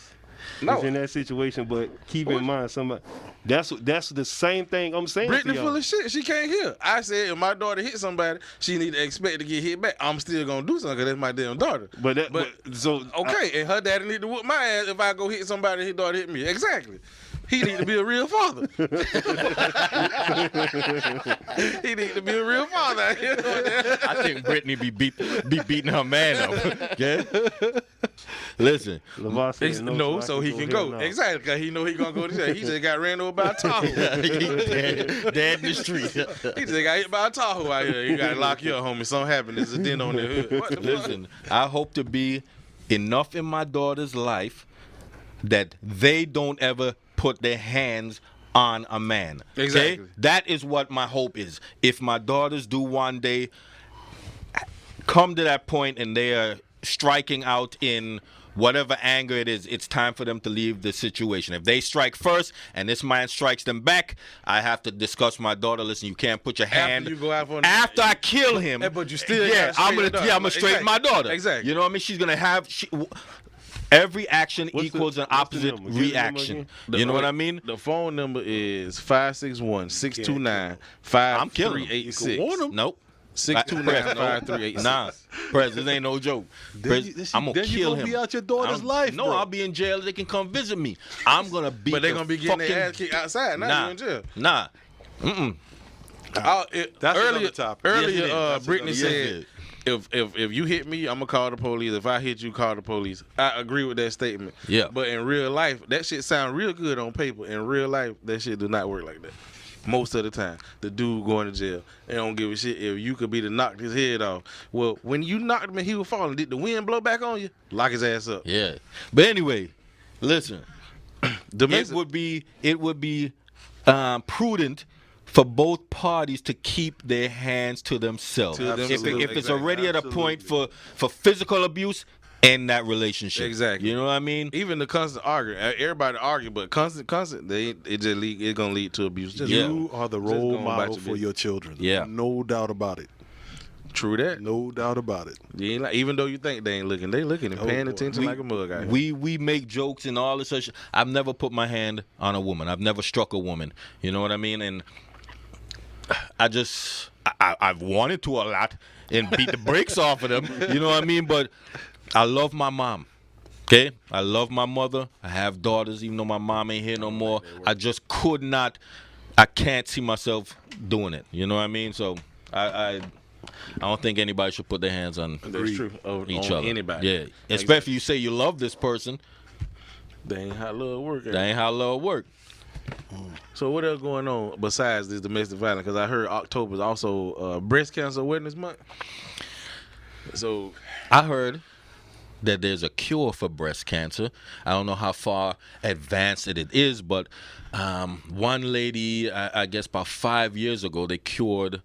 D: No.
A: It's in that situation, but keep in mind somebody. That's what- that's the same thing I'm saying.
D: Brittany
A: to y'all.
D: full of shit. She can't hear. I said if my daughter hit somebody, she need to expect to get hit back. I'm still gonna do something 'cause that's my damn daughter.
A: But that, but,
D: But-
A: so I-
D: Okay, and her daddy need to whoop my ass if I go hit somebody. His daughter hit me. Exactly. He need to be a real father. he need to be a real father. out here doing that.
B: I think Brittany be beat be beating her man up. Yeah. Listen,
A: Levar said
D: Ex- no,
A: I
D: so he can
A: here
D: go.
A: now.
D: Exactly, cause he know he gonna go to jail. He just got ran over by a Tahoe.
B: he dead, dead in the street.
D: He just got hit by a Tahoe out here. You gotta lock you up, homie. Something happened. There's a dent on the hood. What the fuck?
B: Listen, I hope to be enough in my daughter's life that they don't ever put their hands on a man. okay?
D: Exactly.
B: That is what my hope is. If my daughters do one day come to that point and they are striking out in whatever anger it is, it's time for them to leave the situation. If they strike first and this man strikes them back, I have to discuss with my daughter. Listen, you can't put your
D: After
B: hand
D: you go out for-
B: after I kill him.
D: Yeah, but you still
B: yeah.
D: gotta
B: I'm
D: straighten
B: gonna
D: it up.
B: yeah I'm gonna straighten my
D: Exactly.
B: daughter.
D: Exactly.
B: You know what I mean? She's gonna have she, w- every action
A: What's the-
B: equals an
A: what's the
B: opposite
A: number? Give me the number
B: reaction.
A: again.
B: You know what I mean?
D: The phone number is 561 629
B: I'm killing him.
D: 5386.
B: Nope.
D: 629 5386.
B: Nah, Prez, this ain't no joke.
C: Then
B: Prez,
C: you- this-
B: I'm gonna
C: then you
B: kill
C: gonna
B: him.
C: be out your daughter's
B: I'm-
C: life,
B: No,
C: bro.
B: I'll be in jail. They can come visit me. I'm gonna be.
D: But they're going to be getting their ass kicked outside. Now nah.
B: Nah,
D: you in jail.
B: nah.
D: I'll- it-
C: That's another
D: earlier,
C: topic.
B: Yes, it
D: earlier
B: is.
D: uh,
B: That's
D: Brittany
B: another- yes,
D: said, if, if if you hit me, I'm going to call the police. If I hit you, call the police. I agree with that statement.
B: Yeah.
D: But in real life, that shit sound real good on paper. In real life, that shit do not work like that. Most of the time, the dude going to jail. They don't give a shit if you could be to knock his head off. Well, when you knocked him and he was falling, did the wind blow back on you? Lock his ass up.
B: Yeah. But anyway, listen. it
D: Domestic-
B: would be it would be um, prudent for both parties to keep their hands to themselves.
D: To
B: if,
D: themselves,
B: if it's already at a
C: exactly,
B: point for for physical abuse, end that relationship.
D: Exactly.
B: You know what I mean?
D: even the constant arguing, uh, everybody argue, but constant, constant, they it just lead, it's gonna lead to abuse. Just
B: Yeah.
C: You are the
D: Just
C: role
D: going about
C: model
D: your
C: for
D: business.
C: your children.
B: Yeah.
C: No doubt about it.
D: true that.
C: No doubt about it.
D: You ain't like, even though you think they ain't looking, they looking and paying
C: boy.
D: attention like a mug. out here.
B: We we make jokes and all this such. I've never put my hand on a woman. I've never struck a woman. You know what I mean? And I just I, I, I've wanted to a lot and beat the brakes off of them. You know what I mean? But I love my mom. Okay, I love my mother. I have daughters, even though my mom ain't here no more. I just could not. I can't see myself doing it. You know what I mean? So I, I I don't think anybody should put their hands on
D: That's true. Over,
B: each
D: on
B: other.
D: anybody.
B: Yeah, especially if you say you love this person.
D: They ain't how love work.
B: That ain't how love work.
D: So what else going on besides this domestic violence? Because I heard October is also uh, breast cancer awareness month. So
B: I heard that there's a cure for breast cancer. I don't know how far advanced it is, but um, one lady, I, I guess about five years ago, they cured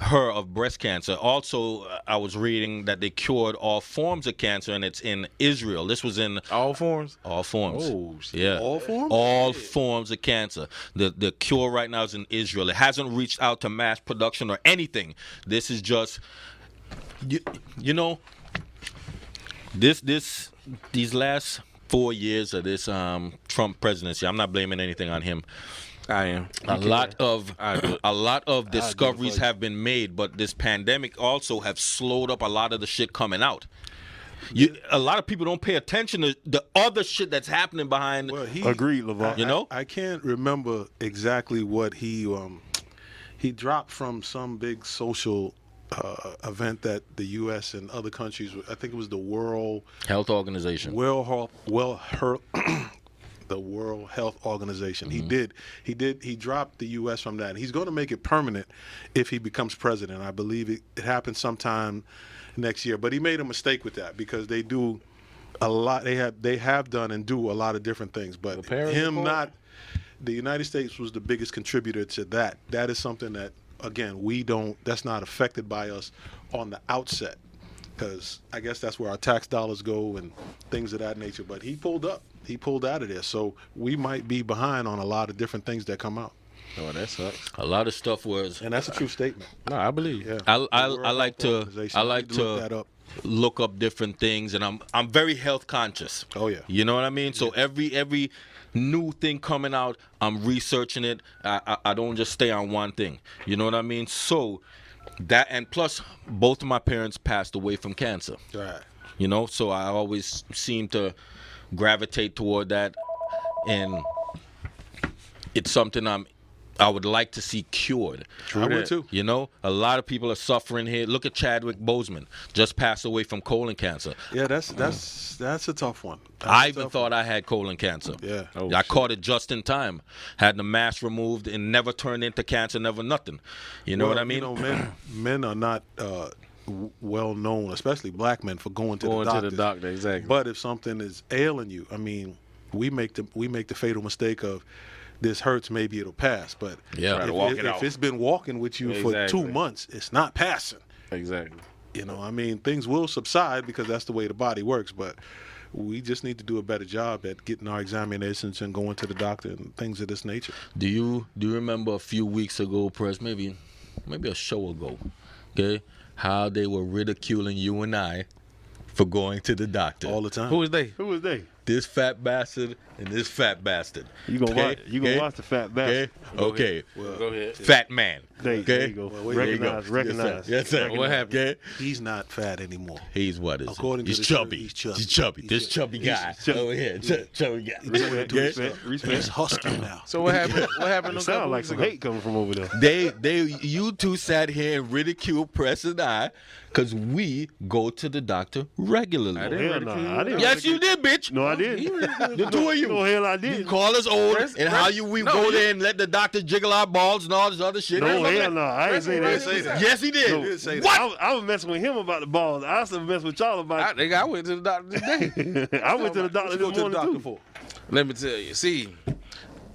B: her of breast cancer. Also, uh, I was reading that they cured all forms of cancer, and it's in Israel. This was in
D: all forms.
B: all forms.
D: Oh, shit.
B: yeah.
C: All forms?
B: All forms of cancer. The the cure right now is in Israel. It hasn't reached out to mass production or anything. This is just you, you know this this these last 4 years of this um Trump presidency. I'm not blaming anything on him.
D: I am.
B: A lot of
D: I do it.
B: a lot of discoveries have been made, but this pandemic also have slowed up a lot of the shit coming out. You, a lot of people don't pay attention to the other shit that's happening behind
C: Well, he,
A: Agreed, Levon.
B: You know?
C: I, I can't remember exactly what he um, he dropped from some big social uh, event that the U.S. and other countries. I think it was the World
B: health organization.
C: World Health, World Her, the World Health Organization. He did, he did, he dropped the U.S. from that. He's going to make it permanent if he becomes president. I believe it, it happens sometime next year. But he made a mistake with that because they do a lot. They have they have done and do a lot of different things. But
D: Paris
C: him
D: Accord?
C: not, the United States was the biggest contributor to that. That is something that again we don't. That's not affected by us on the outset because I guess that's where our tax dollars go and things of that nature. But he pulled up. He pulled out of there. So we might be behind on a lot of different things that come out.
D: Oh, that sucks.
B: A lot of stuff was.
C: And that's a true statement.
D: No, I believe.
C: Yeah.
B: I, I,
C: The World
B: I like
C: Health
B: to
C: Organization.
B: I
C: We
B: like
C: need to look
B: to
C: that up.
B: look up different things, and I'm I'm very health conscious.
C: Oh, yeah.
B: you know what I mean. So every every new thing coming out, I'm researching it. I, I I don't just stay on one thing. You know what I mean. So that and plus, both of my parents passed away from cancer.
C: Right.
B: you know so i always seem to gravitate toward that and it's something i'm i would like to see cured
C: I would
D: that.
C: too.
B: you know a lot of people are suffering here look at chadwick bozeman just passed away from colon cancer
C: Yeah, that's that's that's a tough one. That's
B: I
C: a
B: even
C: tough
B: thought I had colon cancer.
C: Yeah.
D: Oh,
B: I
D: shit.
B: caught it just in time. Had the mass removed and never turned into cancer, never nothing. You know
C: Well,
B: what I mean?
C: You know, men men are not uh, w- well known, especially black men, for going to
D: Going
C: the
D: to
C: doctor.
D: the doctor, exactly.
C: But if something is ailing you, I mean, we make the we make the fatal mistake of this hurts, maybe it'll pass. But
B: Yeah. Try
C: if,
B: to
D: walk
C: if,
D: it out.
C: if it's been walking with you for
D: Exactly.
C: two months, it's not passing.
D: exactly.
C: You know, I mean, things will subside because that's the way the body works. But we just need to do a better job at getting our examinations and going to the doctor and things of this nature.
B: Do you do you remember a few weeks ago, press maybe maybe a show ago, okay? How they were ridiculing you and I for going to the doctor.
C: All the time.
D: Who is they?
A: Who was they?
B: this fat bastard and this fat bastard.
A: You gonna
B: Okay?
A: watch? You gonna
B: Okay?
A: watch the fat
B: Okay.
A: bastard?
B: Okay.
D: Go ahead.
B: Fat man.
A: There,
B: okay.
A: there you go.
C: wait, there you go.
A: recognize,
B: Yes, sir.
A: recognize.
B: Yes, sir.
D: What happened?
B: Okay?
C: He's not fat anymore.
B: He's what is?
C: According
B: he?
C: to
B: He's,
C: the show,
B: chubby.
C: he's chubby.
B: He's chubby.
C: He's
B: This chubby
C: chubby.
B: guy
A: He's chubby.
B: over here. Ch- chubby guy.
A: Respect,
B: Okay?
A: respect,
C: He's
A: respect.
C: husky now.
D: So what happened? What happened?
A: It
D: a
A: sounds
D: couple
A: like
D: weeks
A: some
D: ago?
A: hate coming from over there.
B: they they you two sat here and ridiculed Press and I because we go to the doctor regularly.
D: I didn't
A: Hell
D: ridicule
A: nah, I didn't.
B: Yes, you did, bitch.
A: No, I didn't.
B: The two of you.
A: No, hell, I
B: You
A: did.
B: call us old
D: Press-
B: and how you we
D: no,
B: go
D: you-
B: there and let the doctor jiggle our balls and all this other shit.
A: No,
B: Remember
A: hell,
B: that?
A: no. I ain't say that.
C: say that.
B: Yes, he did.
A: No.
C: did say that.
A: What? I, was- I was messing with him about the balls. I was messing with y'all
D: I
A: about.
D: think I went to the doctor today.
A: I, went to the doctor
C: Let's go
A: this
C: to the
A: morning
C: doctor
A: too.
C: for.
D: Let me tell you. See,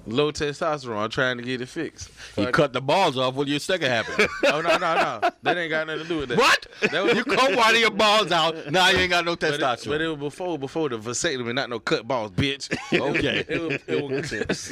D: low testosterone. I'm trying to get it fixed.
B: You cut the balls off. What do you think happened?
D: Oh no no no! That ain't got nothing to do with that.
B: what?
D: That was-
B: you cut one of your balls out. Now you ain't got no
D: But it, but
B: testosterone.
D: it was before before the vasectomy, not no cut balls, bitch.
B: Okay.
D: it, was, it, was,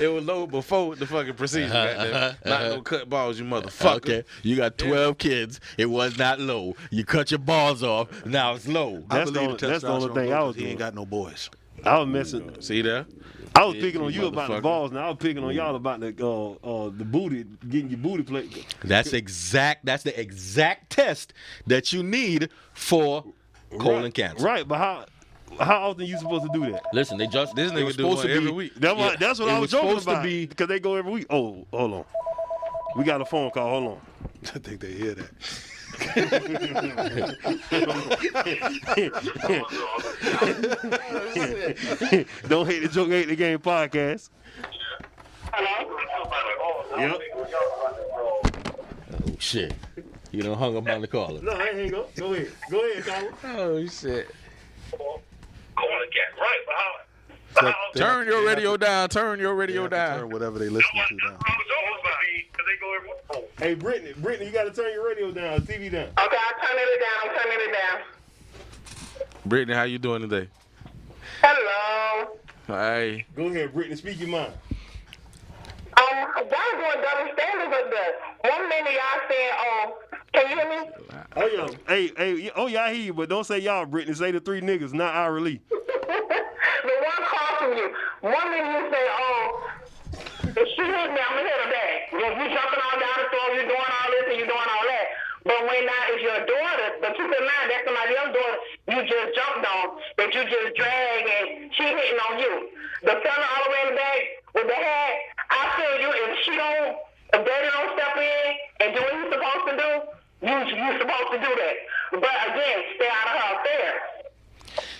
D: it was low before the fucking procedure. goddamn. not no cut balls, you motherfucker.
B: Uh-huh, Okay, you got 12 kids. It was not low. You cut your balls off. Now it's low.
A: That's
C: I
A: the
C: believe
A: only- that's the only
C: testosterone
A: thing I
C: goes,
A: was
C: He
A: doing.
C: ain't got no boys.
A: I was messing.
D: See there?
A: I was picking on you
D: you
A: about the
D: motherfucker.
A: balls, and I was picking on y'all about the uh, uh, the booty, getting your booty plate.
B: That's exact. That's the exact test that you need for colon
A: right,
B: cancer.
A: Right, but how how often you supposed to do that?
B: Listen, they just
D: This
B: they were
D: nigga do
B: supposed
D: one
B: to be
D: every week.
A: That's what
B: Yeah,
A: that's what
B: it
A: I was
B: was
A: joking
B: supposed to
A: about.
B: be-
A: because they go every week. Oh, hold on. We got a phone call. Hold on.
C: I think they hear that.
A: Don't hate the joke, hate the game podcast. Yep.
B: Oh shit. You done hung up on the caller.
A: No, I ain't hang up. Go ahead. Go ahead, Colin.
D: Oh shit! Turn
C: Turn
D: your radio down. Turn your radio
C: Turn
D: down.
C: whatever they listen to down.
A: Hey, Brittany, Brittany, you got to turn your radio down, TV down.
E: Okay, I'm turning it down. I'm turning it down.
D: Brittany, how you doing today?
E: Hello.
D: All right.
A: Go ahead, Brittany, speak your mind.
E: Um, y'all doing double standards with this. One minute y'all saying, oh, can you hear me?
A: Oh, yo. Hey, hey, y- oh, y'all hear you, but don't say y'all, Brittany. Say the three niggas, not our relief.
E: the one call from you. One minute you say, oh, if she hit me, I'm gonna hit her back. You, you jumping all down the floor, you doing all this and you doing all that. But when not, it's your daughter. But keep in mind, that's somebody else's daughter you just jumped on, that you just drag and she hitting on you. The fella all the way in the back with the hat, I feel you, if she don't, if daddy don't step in and do what he's supposed to do, you, you supposed to do that. But again, stay out of her affairs.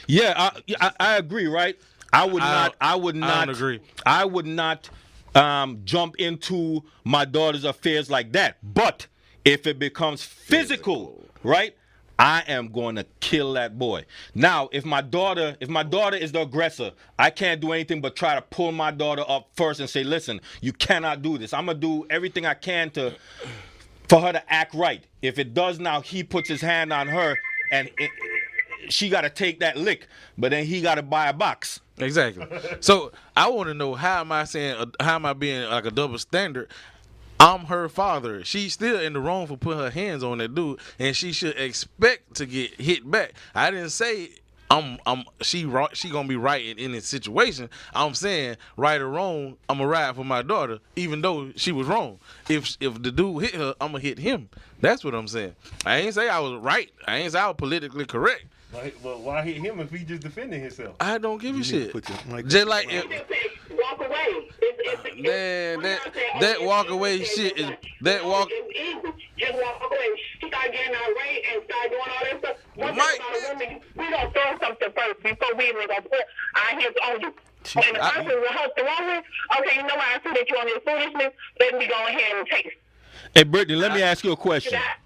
B: Yeah, I, I I agree, right? I would
D: I
B: not
D: don't-
B: I would
D: I
B: not
D: don't agree.
B: I would not um jump into my daughter's affairs like that. But if it becomes physical, right? I am going to kill that boy. Now, if my daughter, if my daughter is the aggressor, I can't do anything but try to pull my daughter up first and say, "Listen, you cannot do this. I'm going to do everything I can to for her to act right. If it does now, he puts his hand on her, and it, she got to take that lick. But then he got to buy a box.
D: Exactly. So I want to know how am I saying uh, how am I being like a double standard? I'm her father. She's still in the wrong for putting her hands on that dude, and she should expect to get hit back. I didn't say I'm I'm she wrong, she gonna be right in any situation. I'm saying right or wrong, I'm going to ride for my daughter, even though she was wrong. If if the dude hit her, I'm gonna hit him. That's what I'm saying. I ain't say I was right. I ain't say I was politically correct.
A: Like, but why hit him if he just defending himself?
D: I don't give a
C: need to
D: shit.
C: put your mic
D: Just
C: down.
D: like if,
E: walk away. It's, it's,
D: Man,
E: it's,
D: that-
E: I'm not saying-
D: that
E: it's
D: walk
E: easy.
D: away
E: It's
D: shit is-
E: not.
D: that
E: No,
D: walk-
E: It's easy. Just walk away. She started getting our way and started doing all that stuff. One
D: Mike,
E: thing about women, we don't throw something first before we even go put our hands on you. When the
D: I-
E: person will help the woman, okay, you know what? I see that you're on your foolishness. Let me go ahead and take
B: Hey, Brittany, let me ask you a question.
E: that.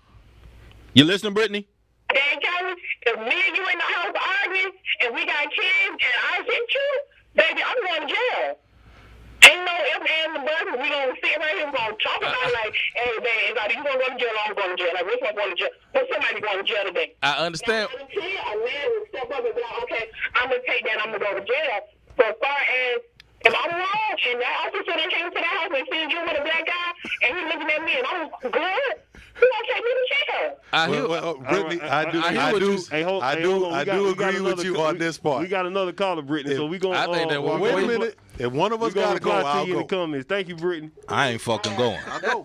B: You listening, Brittany?
E: Dan Kelly, if me and you in the house arguing and we got kids and I hit you, baby, I'm going to jail. Ain't no if and the but. We gonna sit right here, we gonna talk about it like, hey, man, it's like you gonna go to jail? I'm going to jail. Like, which one going to jail? But somebody going to jail today.
D: I
E: Now,
D: understand.
E: as a kid, a man would step up and be like, okay, I'm gonna take that. I'm gonna go to jail. So as far as if I'm wrong and that officer that came to the house and seen you with a black guy and he looking at me and I'm good, he gonna take me to jail.
D: I hear.
C: Well, well, Brittany,
A: I-
C: I do,
A: I- I hear
C: I
D: what
C: do,
D: you-
A: Hey, hold,
C: I
A: hey,
C: do,
A: hold on. We
C: I
A: got-
C: do
A: we got
C: agree with
A: another-
C: you
A: we-
C: on this part.
A: We got another caller, Brittany, so
C: If-
A: we gonna.
D: I think
A: uh,
D: that walk
A: we
C: Wait
A: gonna
C: a
D: Wait,
A: put-
C: minute. If one of
A: We
C: us
A: gonna
C: gotta go,
A: reply to
C: I'll
A: you in the
C: go.
A: comments. Thank you, Brittany.
B: I ain't fucking going.
C: I'll go.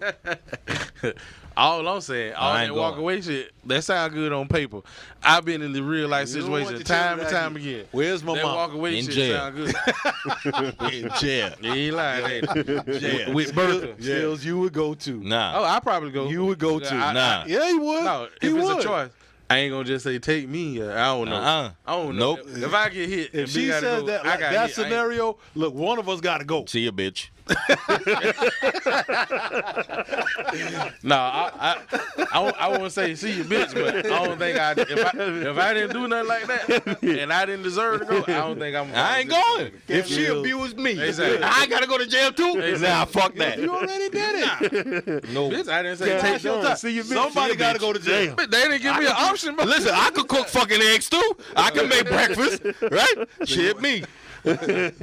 D: All I'm saying, all
B: I
D: that
B: ain't
D: walk
B: going.
D: away shit, that sound good on paper. I've been in the real life
C: You don't want to
D: situation
C: tell
D: time
C: me
D: and
C: that
D: time
C: you-
D: again.
C: Where's my
D: that
C: mom?
D: walk away
B: In
D: shit
B: jail.
D: sound good.
B: Yeah,
D: You ain't lying, ain't it?
B: yeah.
D: With
C: Oh,
D: Bertha.
C: Chills, you would go to.
D: Oh,
B: Nah.
D: I probably go.
C: You would go to.
D: I- I-
B: Nah.
C: Yeah, he would.
D: No, if
C: he
D: it's
C: would.
D: a choice, I ain't gonna just say take me. uh, I don't know.
B: Uh-uh.
D: I don't know.
B: Nope.
D: If I get hit,
C: If
D: and me
C: she
D: gotta
C: says
D: go,
C: that,
D: I
C: like,
D: got
C: that
D: hit, I ain't-
C: scenario, look, one of us gotta go.
B: See you, bitch.
D: No, I I, I, won't- I won't say see you bitch, but I don't think I if I if I didn't do nothing like that and I didn't deserve to go, I don't think I'm.
B: I ain't going. If she abused me,
D: Exactly.
B: I gotta go to jail too.
D: Exactly.
B: Nah, fuck that.
C: You already did it.
B: No.
D: Bitch, I didn't say
A: Yeah,
D: take your
A: done.
D: time.
A: See you, bitch.
C: Somebody
A: See you,
C: gotta
A: bitch.
C: go to jail.
D: But they didn't give me an option. Bro.
B: Listen, I could cook fucking eggs too. I can make breakfast, right? Shit, me.
C: then,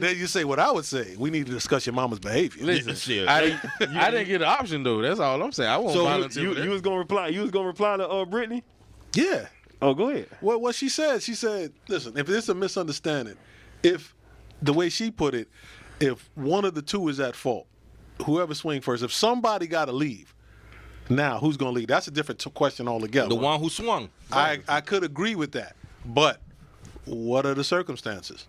C: then you say what I would say. We need to discuss your mama's behavior.
B: Shit.
D: I, didn't- I didn't get an option though. That's all I'm saying. I won't
B: So you-
D: volunteer.
A: You,
D: for that.
A: you was gonna reply. You was gonna reply to uh, Brittany.
C: Yeah.
A: Oh, go ahead.
C: What what she said, she said, listen, if it's a misunderstanding, if the way she put it, if one of the two is at fault, whoever swing first, if somebody gotta leave, now who's gonna leave? That's a different t- question altogether.
B: the one who swung.
C: I, I could agree with that. But what are the circumstances?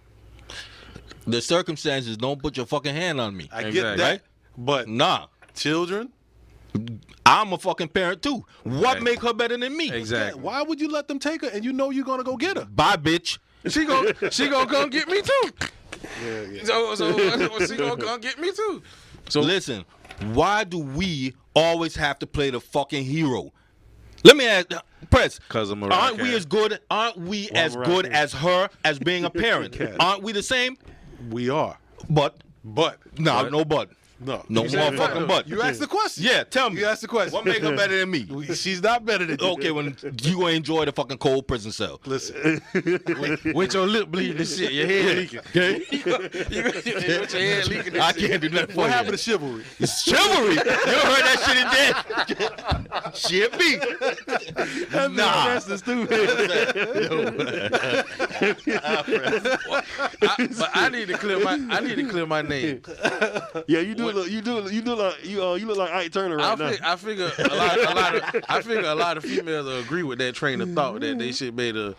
B: The circumstances don't put your fucking hand on me.
C: I
D: Exactly.
C: get that. But
B: Nah.
C: children,
B: I'm a fucking parent too. What
D: Right.
B: make her better than me?
D: Exactly.
C: Why would you let them take her and you know you're gonna go get her?
B: Bye, bitch.
D: She gon' she gonna come get me too. So so she gonna come get me too. So
B: Listen, why do we always have to play the fucking hero? Let me ask, press.
D: 'Cause I'm a rock
B: aren't we
D: cat.
B: as good? Aren't we
A: Well,
B: as
A: I'm a rock
B: good
A: cat.
B: as her as being a parent? aren't we the same?
C: We are.
B: But
C: But
B: no,
D: But-
B: no but.
C: no.
B: No
C: You said-
B: motherfucking but.
C: You asked the question.
B: yeah, tell me.
C: You asked the question.
B: What make her better than me?
C: She's not better than you.
B: Okay, when you gonna enjoy the fucking cold prison cell.
C: Listen,
D: with your lip bleeding and shit, your head leaking.
B: Okay?
D: You- with your head leaking and
B: I
D: shit.
B: can't do nothing for
C: what
B: you.
C: happened to chivalry?
B: Chivalry. you heard that shit in death. shit me. nah.
A: That's the stupid.
D: I, but I need to clear my I need to clear my name.
A: yeah, you do look. You do. You do like you. Uh, you look like Ike Turner
D: I,
A: right now.
D: fig- I figure a lot, a lot of I figure a lot of females will agree with that train of thought that they should be able to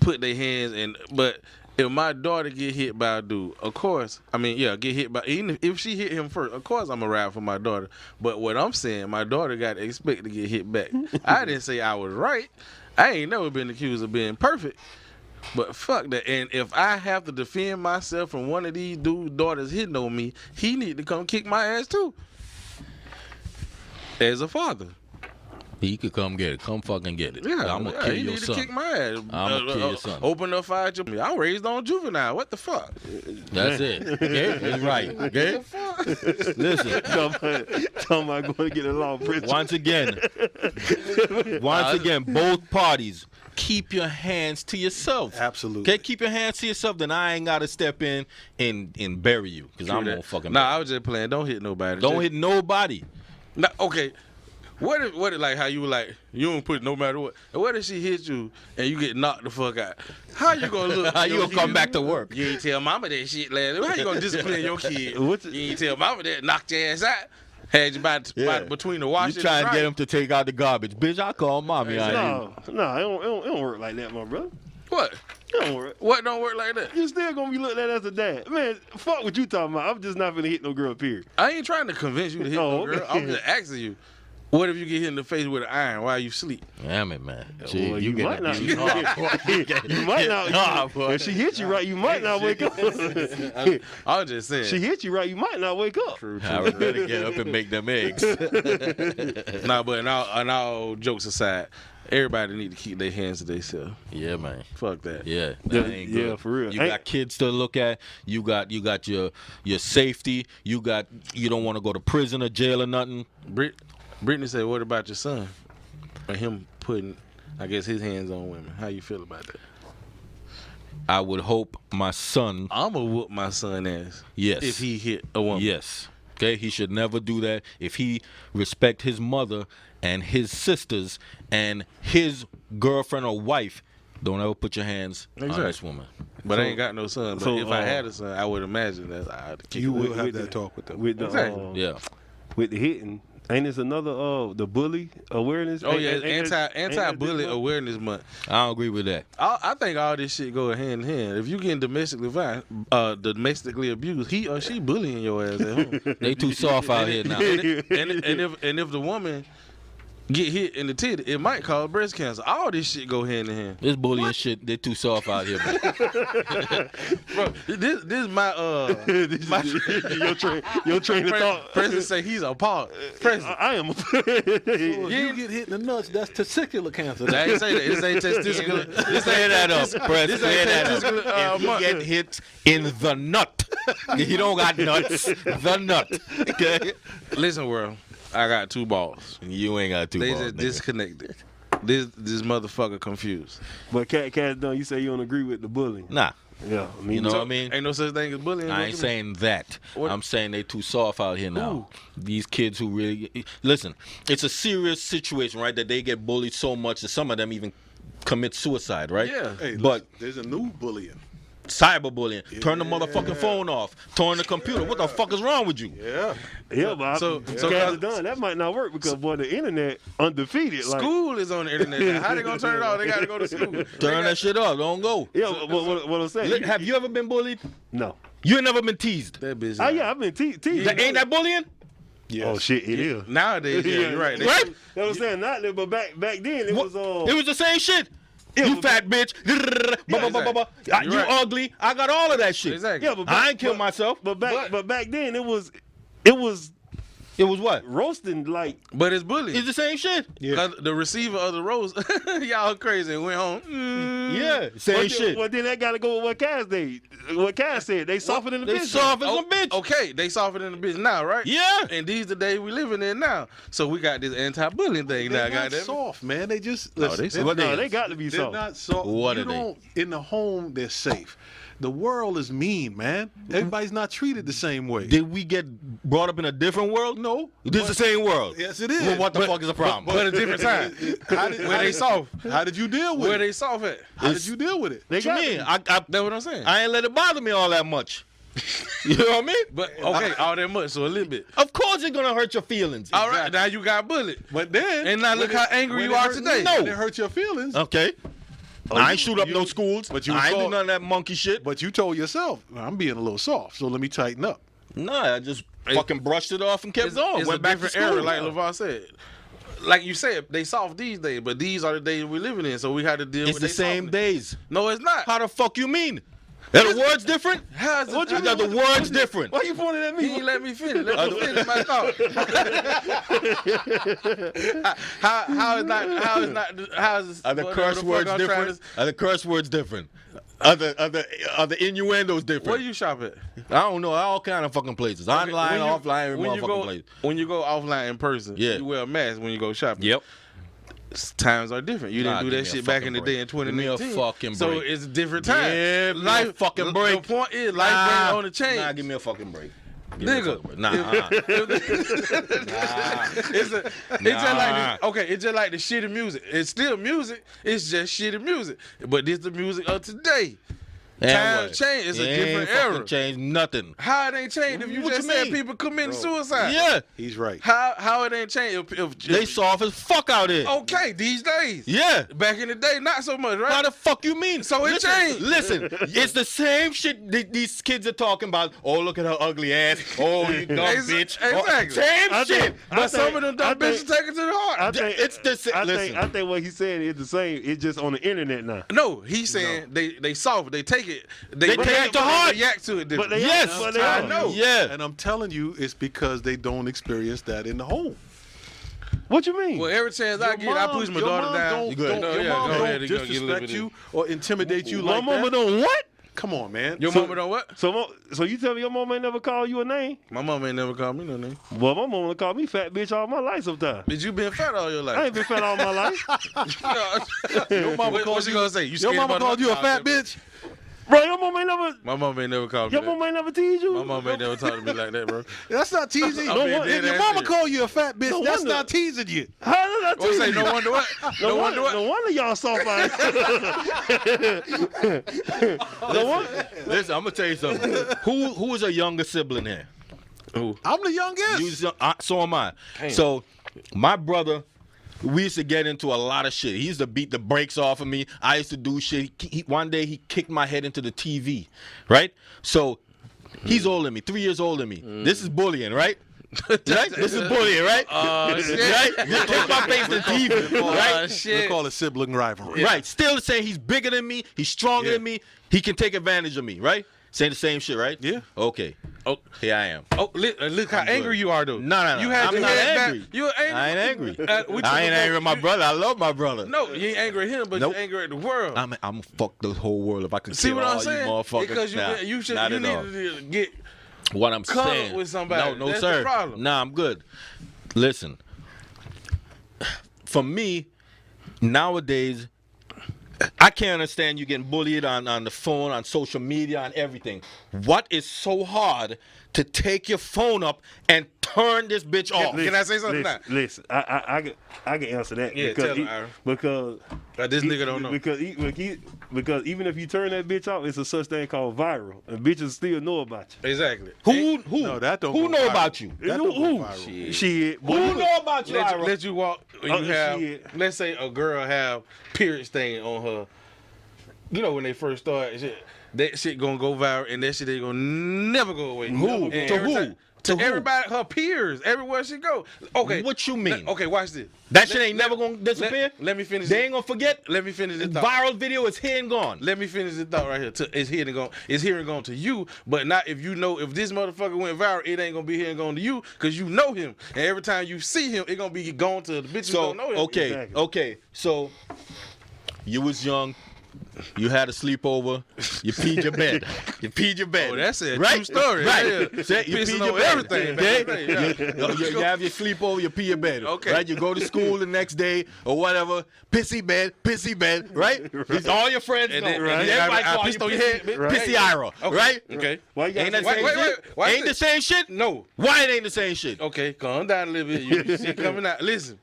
D: put their hands and but if my daughter get hit by a dude, of course, I mean yeah, get hit by even if- if she hit him first, of course I'm a ride for my daughter. But what I'm saying, my daughter got to expect to get hit back. I didn't say I was right. I ain't never been accused of being perfect. But fuck that. And if I have to defend myself from one of these dude daughters hitting on me, he need to come kick my ass too. As a father.
B: He could come get it. Come fucking get it.
D: Yeah,
B: I'm gonna
D: yeah,
B: kill
D: he
B: your
D: need
B: son.
D: to kick my ass.
B: I'ma kill your son.
D: uh, Open up fire. to me. I'm raised on juvenile. What the fuck?
B: That's it. Okay, that's right. Okay,
D: Fuck.
B: listen.
A: Talking about going to get a long prison.
B: Once again, once again, both parties keep your hands to yourself.
C: Absolutely.
B: Okay, keep your hands to yourself. Then I ain't gotta step in and and bury you because I'm gonna fucking.
D: Nah, I was just playing. Don't hit nobody.
B: don't
D: Just-
B: hit nobody.
D: Nah, okay. What if what if, like how you were like you don't put no matter what. What if she hit you and you get knocked the fuck out? How you gonna look?
B: How you
D: Yo,
B: gonna come back to work?
D: You ain't tell mama that shit last. How you gonna discipline your kid?
A: What the-
D: you ain't tell mama that knocked your ass out. Had you by,
B: Yeah.
D: by between the
B: You
D: washer.
B: try and
D: and
B: get
D: dryer.
B: him to take out the garbage, bitch. I call mommy. I ain't-
A: No, no, it don't, it don't, it don't work like that, my brother.
D: What?
A: It don't work.
D: What don't work like that?
A: You're still gonna be looked at as a dad, man. Fuck what you talking about. I'm just not gonna hit no girl. Period.
D: I ain't trying to convince you to hit
A: Oh,
D: no girl.
A: okay.
D: I'm just asking you. What if you get hit in the face with an iron while you sleep?
B: Damn it, man. Gee,
A: Well, you,
B: get
A: might not. You,
B: abused.
A: might not.
B: Nah, boy.
A: if she hit you right, you might not wake up.
D: I'm just saying.
A: she hit you right, you might not wake up.
D: True,
B: I
D: true.
B: would rather get up and make them eggs.
D: nah, but in all, in all jokes aside, everybody need to keep their hands to themselves.
B: Yeah, man.
D: Fuck that.
B: Yeah,
A: Yeah,
B: that ain't
A: yeah,
B: good.
A: for real.
B: You
A: Ain't-
B: got kids to look at. You got you got your your safety. You got you don't want to go to prison or jail or nothing.
D: Brit, Brittany said, "What about your son and him putting, I guess, his hands on women? How you feel about that?
B: I would hope my son.
D: I'ma whoop my son ass.
B: Yes.
D: if he hit a woman.
B: Yes. Okay, he should never do that. If he respect his mother and his sisters and his girlfriend or wife, don't ever put your hands on this
D: Exactly.
B: woman.
D: but I ain't got no son. But
A: so,
D: if I
A: uh,
D: had a son, I would imagine that I'd kick
C: You
D: his
C: will
D: ass.
C: have that talk with them.
A: With the
D: Exactly.
A: uh,
B: Yeah.
A: with the hitting. Ain't this another uh the bully awareness?
D: Oh
A: Ain't-
D: yeah,
A: ain't- ain't
D: anti
A: that- ain't that
D: anti bully
A: this month?
D: awareness month.
B: I don't agree with that.
D: I, I think all this shit go hand in hand. If you getting domestically vi- uh, domestically abused, he or she bullying your ass at home.
B: They too soft out here now.
D: and, it- and, it- and if and if the woman get hit in the titty, it might cause breast cancer. All this shit go hand in hand.
B: This bullying shit, they too soft out here, man.
D: Bro, this this is my uh
A: This is- your train, your train of
D: pres-
A: thought.
D: president say he's a part.
A: I,
D: President.
A: I am. A,
C: Uh,
D: You
C: oh, get hit in the nuts, that's testicular cancer.
D: I ain't say that. This ain't testicular. This
B: Clear
D: ain't
B: that up, press.
D: this
B: Clear
D: ain't
B: that up.
D: testicular, uh,
B: if you
D: month.
B: get hit in the nut, you don't got nuts. The nut. Okay.
D: Listen, world. I got two balls.
B: You ain't got two
D: They
B: balls.
D: just
B: nigga.
D: disconnected. This this motherfucker confused.
A: but cat, cat, don't you say you don't agree with the bullying?
B: nah.
A: Yeah, I mean,
B: You know
A: so-
B: what I mean?
D: Oh, Ain't no such thing as bullying.
B: I ain't saying that.
D: What-
B: I'm saying they too soft out here now. These kids who really listen. It's a serious situation, right? That they get bullied so much that some of them even commit suicide, right?
D: Yeah.
C: Hey,
B: but
C: but there's a new bullying.
B: cyberbullying, turn the motherfucking phone off, turn the computer. What the fuck is wrong with you?
C: Yeah.
A: Yeah, but so,
D: So-
A: I,
D: so-
A: Cat done. That might not work because boy, the internet undefeated. Like,
D: School is on the internet. Now. How they gonna turn it off? They gotta go to school.
B: Turn that shit off. Don't go.
A: yeah, but what, what, what I'm saying?
B: Li- Have you ever been bullied?
A: no.
B: You ain't never been teased.
D: That bitch.
A: Oh yeah, I've been teased. Te-
B: That- ain't that bullying?
C: Yes.
A: Oh shit, it is.
D: Nowadays, yeah, you're right. They-
B: Right?
A: That was saying not that, but back back then it
B: What?
A: was uh, all.
B: it was the same shit.
A: Yeah,
B: You
A: but-
B: fat bitch. Ba- ba- ba- ba- ba.
D: exactly.
B: I-
D: You're
B: You
D: right.
B: ugly. I got all of that shit.
D: Exactly.
A: yeah, but
B: I
A: back-
B: ain't killed
A: but-
B: myself.
A: But back
D: But-
A: but, back then it was it was
B: It was what?
A: roasting like
D: But it's bullying.
B: It's the same shit.
C: Yeah.
D: 'Cause The receiver of the rose, y'all crazy, and went home. Mm.
B: Yeah, same
A: well,
B: shit.
A: Then, well, then that got to go with what Kaz they what Kaz said. They softened in the
B: they
A: business.
B: soft as a
D: Oh,
B: bitch.
D: Okay, they softer than the bitch now, right?
B: Yeah.
D: And these the days we living in now. So we got this anti-bullying thing now.
C: They're not
D: Goddamn. it.
C: soft, man. They just
D: No,
C: listen,
D: they
C: they're
D: soft.
A: No, they got to be
C: They're
A: soft.
C: not soft.
B: What
C: you
B: are they?
C: don't, In the home, they're safe. The world is mean, man.
D: Mm-hmm.
C: Everybody's not treated the same way.
B: Did we get brought up in a different world?
C: no.
B: This is the same world.
C: Yes, it is.
B: Well, what the
C: But-
B: fuck is the problem?
D: But a different time.
C: How did-
D: Where
C: how
D: they
C: did-
D: soft?
C: How did you deal with
D: Where
C: it?
D: they soft at?
C: How did you deal with it?
A: They
B: what you
A: got
B: mean? I, I,
D: That's what I'm saying.
B: I ain't let it bother me all that much. you know what I mean?
D: but okay, all that much, so a little bit.
B: Of course it's gonna hurt your feelings.
D: All right, now you got bullied.
C: But then,
D: And now
C: when
D: look
C: it-
D: how Uh. angry
C: when
D: you
C: it
D: are
C: hurt-
D: today.
B: No.
C: when it hurt your feelings.
B: Okay. I ain't shoot up no schools.
C: but you
B: I ain't
C: saw-
B: do none of that monkey shit.
C: But you told yourself, I'm being a little soft, so let me tighten up.
B: nah, I just fucking brushed it off and kept
D: It's,
B: going.
D: it's
B: Went
D: a
B: back
D: different
B: to school.
D: era, like LeVar said. Like you said, they soft these days, but these are the days we're living in, so we had to deal
B: it's
D: with
B: the
D: they
B: same
D: softness.
B: days.
D: No, it's not.
B: How the fuck you mean? Are the words different?
D: How's it?
B: What you got the words different?
A: Why you pointing at
D: He
A: me?
D: ain't let me finish. Let me finish my thought. how, how is not how is not how is
B: Are the
D: whatever
B: curse
D: fuck
B: words
D: I'm trying
B: different?
D: to-
B: Are the curse words different? Are the are the are the innuendos different?
D: Where you shop at?
B: I don't know. All kind of fucking places. Online,
D: When you-
B: offline, every
D: when
B: motherfucking
D: you go
B: place.
D: when you go offline in person,
B: Yeah.
D: you wear a mask when you go shopping. S- Times are different. You
B: Nah,
D: didn't do
B: give
D: that
B: me a
D: shit back
B: fucking
D: in the
B: break.
D: day in
B: Give me
D: 2019.
B: a fucking
D: So
B: break.
D: it's a different time.
B: Give me a
D: life
B: fucking
D: the-
B: break.
D: The point is, life
B: Nah.
D: ain't on the change.
B: Ah, Nah, give me a fucking break. Give me a
D: Nigga.
B: fucking break. Nah, uh-uh.
D: it's a, it's just like the, okay, it's just like the shitty music. It's still music. It's just shitty music. But this the music of today.
B: And what?
D: change. It's a
B: It
D: different
B: ain't fucking
D: era.
B: Change nothing.
D: How it ain't changed if you
B: What
D: just
B: you
D: said
B: mean?
D: people committing suicide?
B: Yeah,
C: He's right.
D: How how it ain't changed if, if, if
B: they soft as fuck out here.
D: okay these days.
B: Yeah.
D: Back in the day, not so much, right?
B: How the fuck you mean?
D: So it
B: listen,
D: changed.
B: Listen, it's the same shit that these kids are talking about. Oh, look at her ugly ass. Oh, you dumb
D: Ex-
B: bitch. Oh,
D: exactly.
B: same
A: I
B: shit.
A: think-
D: but
A: I
D: some
A: think-
D: of them
A: I
D: dumb bitches
A: think-
D: take it to the heart.
A: I think
B: it's the sa-
A: I
B: listen.
A: think I think what he said is the same. It's just on the internet now.
D: no, he's saying they they solve it. They take it. They,
B: They take it to
D: but
B: heart.
D: They react to it.
A: But
D: Differently.
A: they
B: Yes,
A: are, but they
D: I
A: are.
D: know.
B: Yeah.
C: And I'm telling you, it's because they don't experience that in the home.
A: What you mean?
D: well, every chance I
C: Your
D: get, I push my
C: your
D: daughter
C: mom
D: down.
C: Don't,
B: You go ahead.
C: don't-
D: No,
C: your
D: yeah,
C: mom
D: go
C: don't
D: ahead and go- get a little
C: disrespect
D: bit
C: you or intimidate you
A: My
C: like
A: mama
C: that.
A: don't what?
C: Come on, man.
D: Your
A: So-
D: mama don't what?
A: So mo- so you tell me your mama ain't never called you a name?
D: My mama ain't never called me no name.
A: Well, my mama called me fat bitch all my life. Sometimes
D: Bitch, you been fat all your life.
A: I ain't been fat all my life,
D: your mama
C: called
D: what you
C: you-
D: gonna say? You
C: your
D: scared
C: mama
D: about
C: called you a
D: nothing?
C: fat bitch.
A: bro. Your mama ain't never.
D: My mama ain't never called me.
A: Your
D: that.
A: mama ain't never teased you.
D: My mama ain't never talked to me like that, bro.
C: That's not teasing.
D: I'm being
C: if
D: dead
C: your
D: ass
C: mama
D: serious.
C: called you a fat bitch,
A: No
C: that's
A: wonder.
C: not teasing you.
A: How did I
D: What
A: tease
D: say?
A: you?
D: No wonder what?
A: No,
D: No
A: wonder,
D: wonder
A: no
D: what?
A: wonder y'all soft eyes. no wonder.
B: Listen, I'm gonna tell you something. who who is a younger sibling here?
C: I'm the youngest.
B: You, so- I- so am I. So my brother, we used to get into a lot of shit. He used to beat the brakes off of me. I used to do shit. He, he- one day he kicked my head into the TV, right? So he's older than me, three years older than me.
D: Mm.
B: This is bullying, right? right? This is bullying, right?
D: Uh, shit.
B: right? You kicked my face to the TV,
D: Uh,
B: right?
C: they
D: shit.
C: call it sibling rivalry.
B: Right. Still saying he's bigger than me, he's stronger
C: Yeah.
B: than me, he can take advantage of me, right? Saying the same shit, right?
C: Yeah.
B: Okay.
D: Oh,
B: Here I am.
D: oh, look, uh, look how angry you are, though.
B: No, no, no.
D: You had
B: I'm
D: your
B: not
D: head
B: angry.
D: back. You angry.
B: I ain't angry.
D: Uh, we
B: I ain't
D: talking
B: angry at my
D: about-
B: brother. I love my brother.
D: you- No, you ain't angry at him, but
B: Nope.
D: you angry at the world.
B: I'm I'm fuck the whole world if I could
D: See
B: kill
D: what
B: all
D: I'm saying?
B: you motherfuckers.
D: Because you,
B: Nah,
D: you should,
B: not
D: you
B: at
D: need
B: all.
D: to get.
B: What I'm
D: cuddle
B: saying
D: with somebody.
B: No, no,
D: That's the
B: sir.
D: problem.
B: Nah, I'm good. Listen, for me, nowadays, I can't understand you getting bullied on on the phone, on social media, on everything. What is so hard to take your phone up and turn this bitch off?
D: Can I say something
A: Listen,
D: now?
A: listen I, I, I, can, I can answer that.
D: Yeah,
A: because
D: tell
A: e-
D: her, Ira.
A: because
D: Uh, this nigga don't know.
A: Because, e- because, e- because even if you turn that bitch off, it's a such thing called viral, and bitches still know about you.
D: Exactly.
B: Who who
C: No, that don't
B: who
C: go
B: know
C: viral.
B: about you?
C: That
A: Who-
C: don't
A: who?
C: go viral.
A: Shit, boy,
B: Who
A: you-
B: know about you?
D: let you,
B: Ira?
D: let you walk. You
A: Oh,
D: have,
A: shit.
D: let's say a girl have period stain on her. You know when they first start, shit, that shit gonna go viral, and that shit ain't gonna never go away.
B: Who?
D: And
B: To
D: every
B: who?
D: time-
B: To who?
D: everybody, her peers, everywhere she go. Okay,
B: What you mean?
D: okay, watch this.
B: That shit ain't never gonna disappear.
D: let- let me finish
B: They
D: it.
B: ain't gonna forget.
D: Let me finish this. thought.
B: Viral video is here and gone.
D: Let me finish the thought right here. To- It's here and gone. It's here and gone to you, but not if you know if this motherfucker went viral, it ain't gonna be here and gone to you because you know him. And every time you see him, it gonna be gone to the bitch who
B: so
D: don't know him.
B: okay,
A: Exactly.
B: okay. So you was young. You had a sleepover. You peed your bed. You peed your bed.
D: Oh, that's a
B: Right?
D: true story.
B: Right.
D: Yeah.
B: Say, you peed
D: Pissing
B: your
D: on
B: bed.
D: everything back in the day,
B: Okay? You, you- you have your sleepover. You pee your bed.
D: Okay.
B: Right. You go to school the next day or whatever. Pissy bed. Pissy bed. Right. It's all your friends
D: And
B: know.
D: then-
B: right?
D: and then
B: Everybody
D: I- I
B: call
D: pissed
B: you
D: on your head,
B: pissy,
D: bitch.
B: pissy
D: Right.
B: Ira.
D: Okay.
B: Right.
D: Okay.
A: Why you gotta
B: Ain't that
A: say-
B: same
D: Wait, wait,
B: shit?
D: wait. Why
B: Ain't the
D: is
B: same shit?
D: No. Oh,
B: Why it ain't the same shit?
D: Okay, calm down a little bit. You you see it coming out. Listen,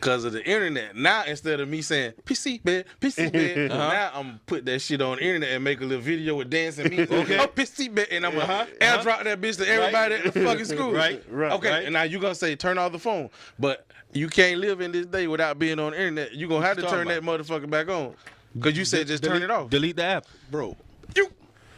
D: because of the internet. Now instead of me saying PC bed, PC bed, now I'm put that shit on the internet and make a little video with dancing me. Okay, oh, PC bed, and I'm gonna air drop that bitch to everybody at the fucking school.
B: Right,
A: right,
D: Okay,
B: right.
D: and now you gonna say turn off the phone, but you can't live in this day without being on the internet. You gonna have to
B: you
D: turn
B: talking
D: that motherfucker back on. Cause you said just turn it off.
B: Delete the app.
C: bro.
D: You-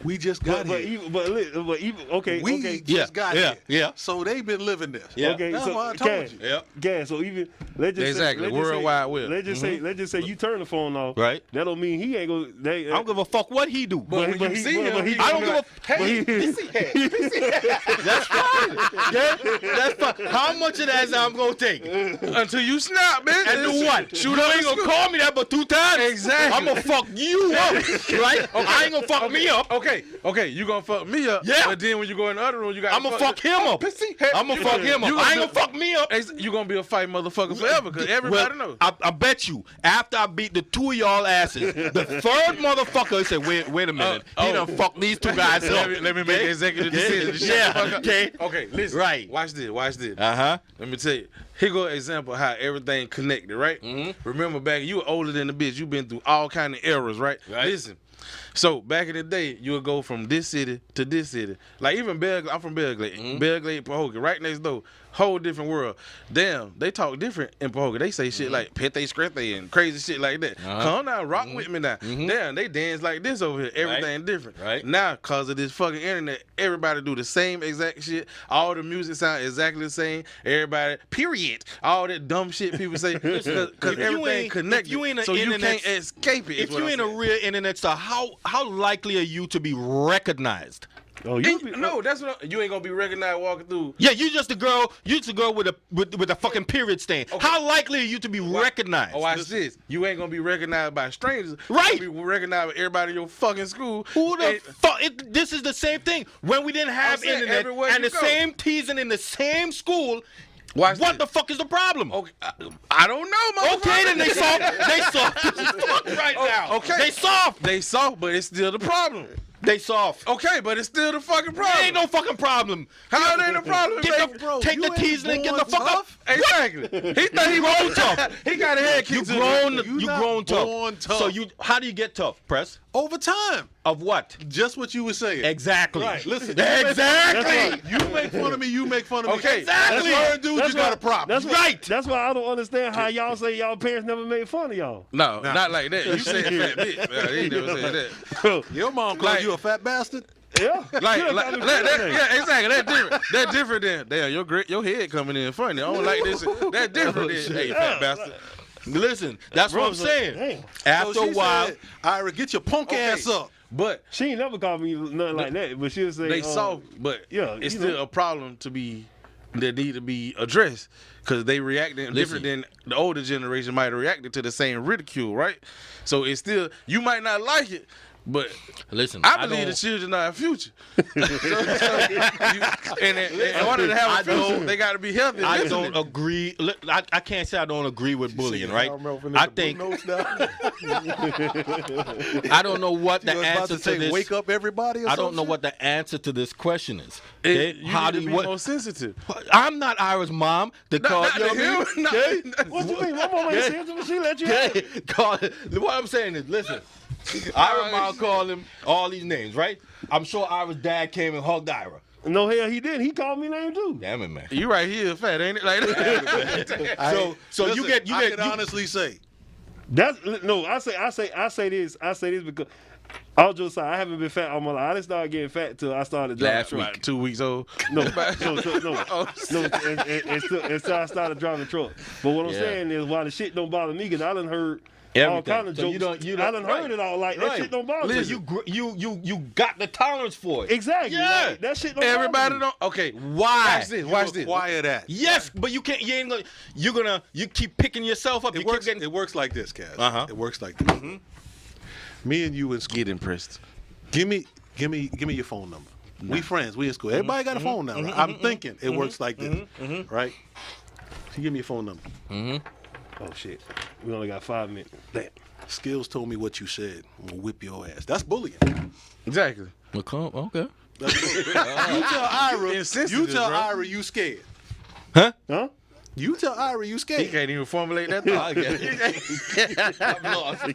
C: We just got
A: But but
C: here.
A: even but, li- but even okay
C: we
A: okay
C: just
B: Yeah,
C: got
B: yeah,
C: here.
B: yeah.
C: So they've been living this.
B: Yeah.
A: Okay,
C: That's
A: so
C: why I told
A: Cass,
C: you.
B: Yep.
A: Gas. So even let's just Say,
D: Exactly,
A: let's
D: World
A: just say,
D: Wide Web.
A: Let's just say let's just say you turn the phone off.
B: Right.
A: That don't mean he ain't gonna. They,
B: I don't give a fuck what he do.
D: But when
A: but
D: you
A: he-
D: see
A: but-
D: him,
A: but he-
D: he
B: I don't give a.
A: but
B: Hey,
A: he-
B: pissy head, pissy head. That's fine. Yeah, that's fine. How much of that is I'm gonna take? And
D: until you snap, man.
B: do what?
D: Shoot
B: you
D: up
B: ain't
D: the
B: gonna
D: school.
B: call me that but two times.
D: Exactly.
B: I'm gonna fuck you up, right? I ain't gonna fuck me up.
D: Okay, okay, you gonna fuck me up.
B: Yeah.
D: But then when you go in the other room, you got.
B: I'm gonna fuck him up.
D: Pissy head.
B: I'm gonna
D: You
B: fuck
D: gonna-
B: him up.
D: you
B: I ain't gonna fuck me up.
D: Ex- You gonna be a fight motherfucker forever, cause everybody
B: Well,
D: knows.
B: I, I bet you, after I beat the two of y'all asses, the third motherfucker said, wait, wait a minute. he
D: oh.
B: done fucked these two guys up.
D: let, me, let me make
B: Okay?
D: an executive
B: Yeah,
D: decision. to shut
B: yeah,
D: the fuck up.
B: okay.
D: Okay. Listen.
B: Right.
D: Watch this. Watch this.
B: Uh-huh.
D: Let me tell you. Here go an example how everything connected, right? Remember back, you were older than the bitch. you been through all kind of errors, right?
B: Right.
D: Listen. So back in the day, you would go from this city to this city. Like even Belgrade, I'm from Belgrade. Belgrade, Pahokee, right next door. Whole different world. Damn, they talk different in Pahokee. They say shit like pete screte and crazy shit like that. Come now, rock with me now. Damn, they dance like this over here. Everything different.
B: Right.
D: Now, cause of this fucking internet, everybody do the same exact shit. All the music sound exactly the same. Everybody, period. All that dumb shit people say, because
B: if you
D: everything
B: ain't-
D: connected.
B: if you ain't a
D: so you
B: internet-
D: can't escape it. is
B: If
D: what
B: you
D: I'm
B: ain't a
D: saying.
B: real internet star, how how likely are you to be recognized?
A: Oh, you
D: And- no, that's what I'm- you ain't gonna be recognized walking through.
B: Yeah, you just a girl. You just a girl with a with, with a fucking period stain. How likely are you to be recognized?
D: Oh, watch this. You ain't gonna be recognized by strangers.
B: Right.
D: You gonna be recognized by everybody in your fucking school.
B: Who the
D: And-
B: fuck? It, this is the same thing. When we didn't have
D: saying,
B: internet
D: everywhere
B: and
D: you
B: the
D: go.
B: same teasing in the same school,
D: Watch
B: what
D: this.
B: the fuck is the problem?
D: Okay, I, I don't know, motherfucker.
B: Okay, then they soft. They soft as fuck right
D: Oh,
B: now.
D: okay.
B: They soft.
D: They soft, but it's still the problem.
B: They soft.
D: Okay, but it's still the fucking problem.
B: It ain't no fucking problem.
D: How it ain't a problem?
B: Get
D: baby?
B: the, take
C: you
B: the
C: ain't
B: keys and get the
C: born
B: fuck up.
C: tough.
D: Exactly. He thought he
B: grown
D: was
B: tough.
D: he got a head
B: You
D: kicked.
B: grown. You,
C: You not
B: grown
C: born
B: tough.
C: tough.
B: So you, how do you get tough? Press
C: Over time,
B: of what?
C: just what you were saying.
B: Exactly.
C: Right. Listen.
B: Exactly.
C: You make fun of me. You make fun of me.
D: Okay.
B: Exactly.
C: That's dude. You got a problem.
A: That's why-
B: Right.
A: That's why I don't understand how y'all say y'all parents never made fun of y'all.
D: No, not like that. You said fat bitch. Nah, they ain't never said that.
C: Your mom called
D: Like-
C: you a fat bastard.
A: yeah.
D: Like, like that, that- yeah, exactly. That different. That different than damn. Your grit, your head coming in funny. I don't like this. Oh, shit. That different than hey, fat bastard.
B: Listen, that's what I'm
A: Rosa,
B: saying.
A: damn.
B: After
C: So
B: a
C: she
B: while,
C: said, Ira, get your punk
D: Okay.
C: ass up.
D: But
A: She ain't never called me nothing like that, but she'll say
D: they
A: uh,
D: soft. But
A: yeah,
D: it's
A: you
D: still
A: know.
D: a problem to be that need to be addressed because they reacting different than the older generation might have reacted to the same ridicule, right? So it's still you might not like it, but
B: listen.
D: I believe the
B: don't-
D: children are our future. So- so you- and in, in order to
B: I
D: have a future,
B: don't-
D: they got to be healthy.
B: I
D: mentally.
B: don't agree. li- I, I can't say I don't agree with bullying, right? I
C: I
B: think
C: I
B: I don't know what the
C: was about
B: answer
C: to
B: to,
C: say,
B: this.
C: wake up everybody. or
B: I don't
C: some
B: know
C: shit.
B: what the answer to this question is.
D: It-
B: They-
D: you
B: how
D: need
B: do
D: to
B: you?
D: be
B: What,
D: more sensitive.
B: I'm not Ira's mom. The
D: Not,
B: call,
D: not
B: you know
D: to him.
B: what I mean?
D: Not,
B: Okay?
A: What you mean? My mama ain't said to me, she let you have it.
B: Okay, call, what I'm saying is, listen, Ira mom called him all these names, right? I'm sure Ira's dad came and hugged Ira.
A: No hell he didn't. He called me name too.
B: Damn it, man.
D: You right here, fat, ain't it? Like that.
B: So, so you
C: Listen,
B: get, you
C: I
B: get,
C: can
B: you-
C: honestly say
A: That's no, I say I say I say this, I say this because All jokes aside, I haven't been fat all my life. I didn't start getting fat till I started driving
D: Last
A: truck.
D: week, two weeks old.
A: No, no, no, no, no and, and, and so, and so I started driving truck. But what I'm
B: Yeah.
A: saying is, why the shit don't bother me? Cause I done heard all
B: Everything.
A: kind of
B: So
A: jokes.
B: you don't- you
A: I
B: don't-
A: done
B: right.
A: heard it all. Like that shit don't bother
B: Listen,
A: me.
B: you gr- you you you got the tolerance for it.
A: exactly.
B: Yeah.
A: like, that shit don't. bother
D: Everybody
A: me.
D: don't. Okay,
B: Why?
D: Watch this. Watch this.
C: Require that.
B: Yes, but you can't. You ain't gonna. You're gonna. You keep picking yourself up.
C: It
B: you
C: works.
B: keep getting.
C: It works like this, Cass.
B: Uh-huh. Mm-hmm.
C: It works like this. Me and you in school.
D: Get impressed.
C: Give me, give me, give me your phone number. We friends. We in school. Everybody got a phone number. I'm thinking it works like this, right? So you give me your phone number.
A: Oh shit. We only got five minutes. Damn.
C: Skills told me what you said. I'm gonna whip your ass. That's bullying.
D: Exactly.
B: Okay.
C: That's bullying. Ah, you tell Ira. You
D: insensitive,
C: tell
D: bro.
C: Ira you scared.
A: Huh?
C: You tell Ira you
D: He
C: scared.
D: can't even formulate that thought.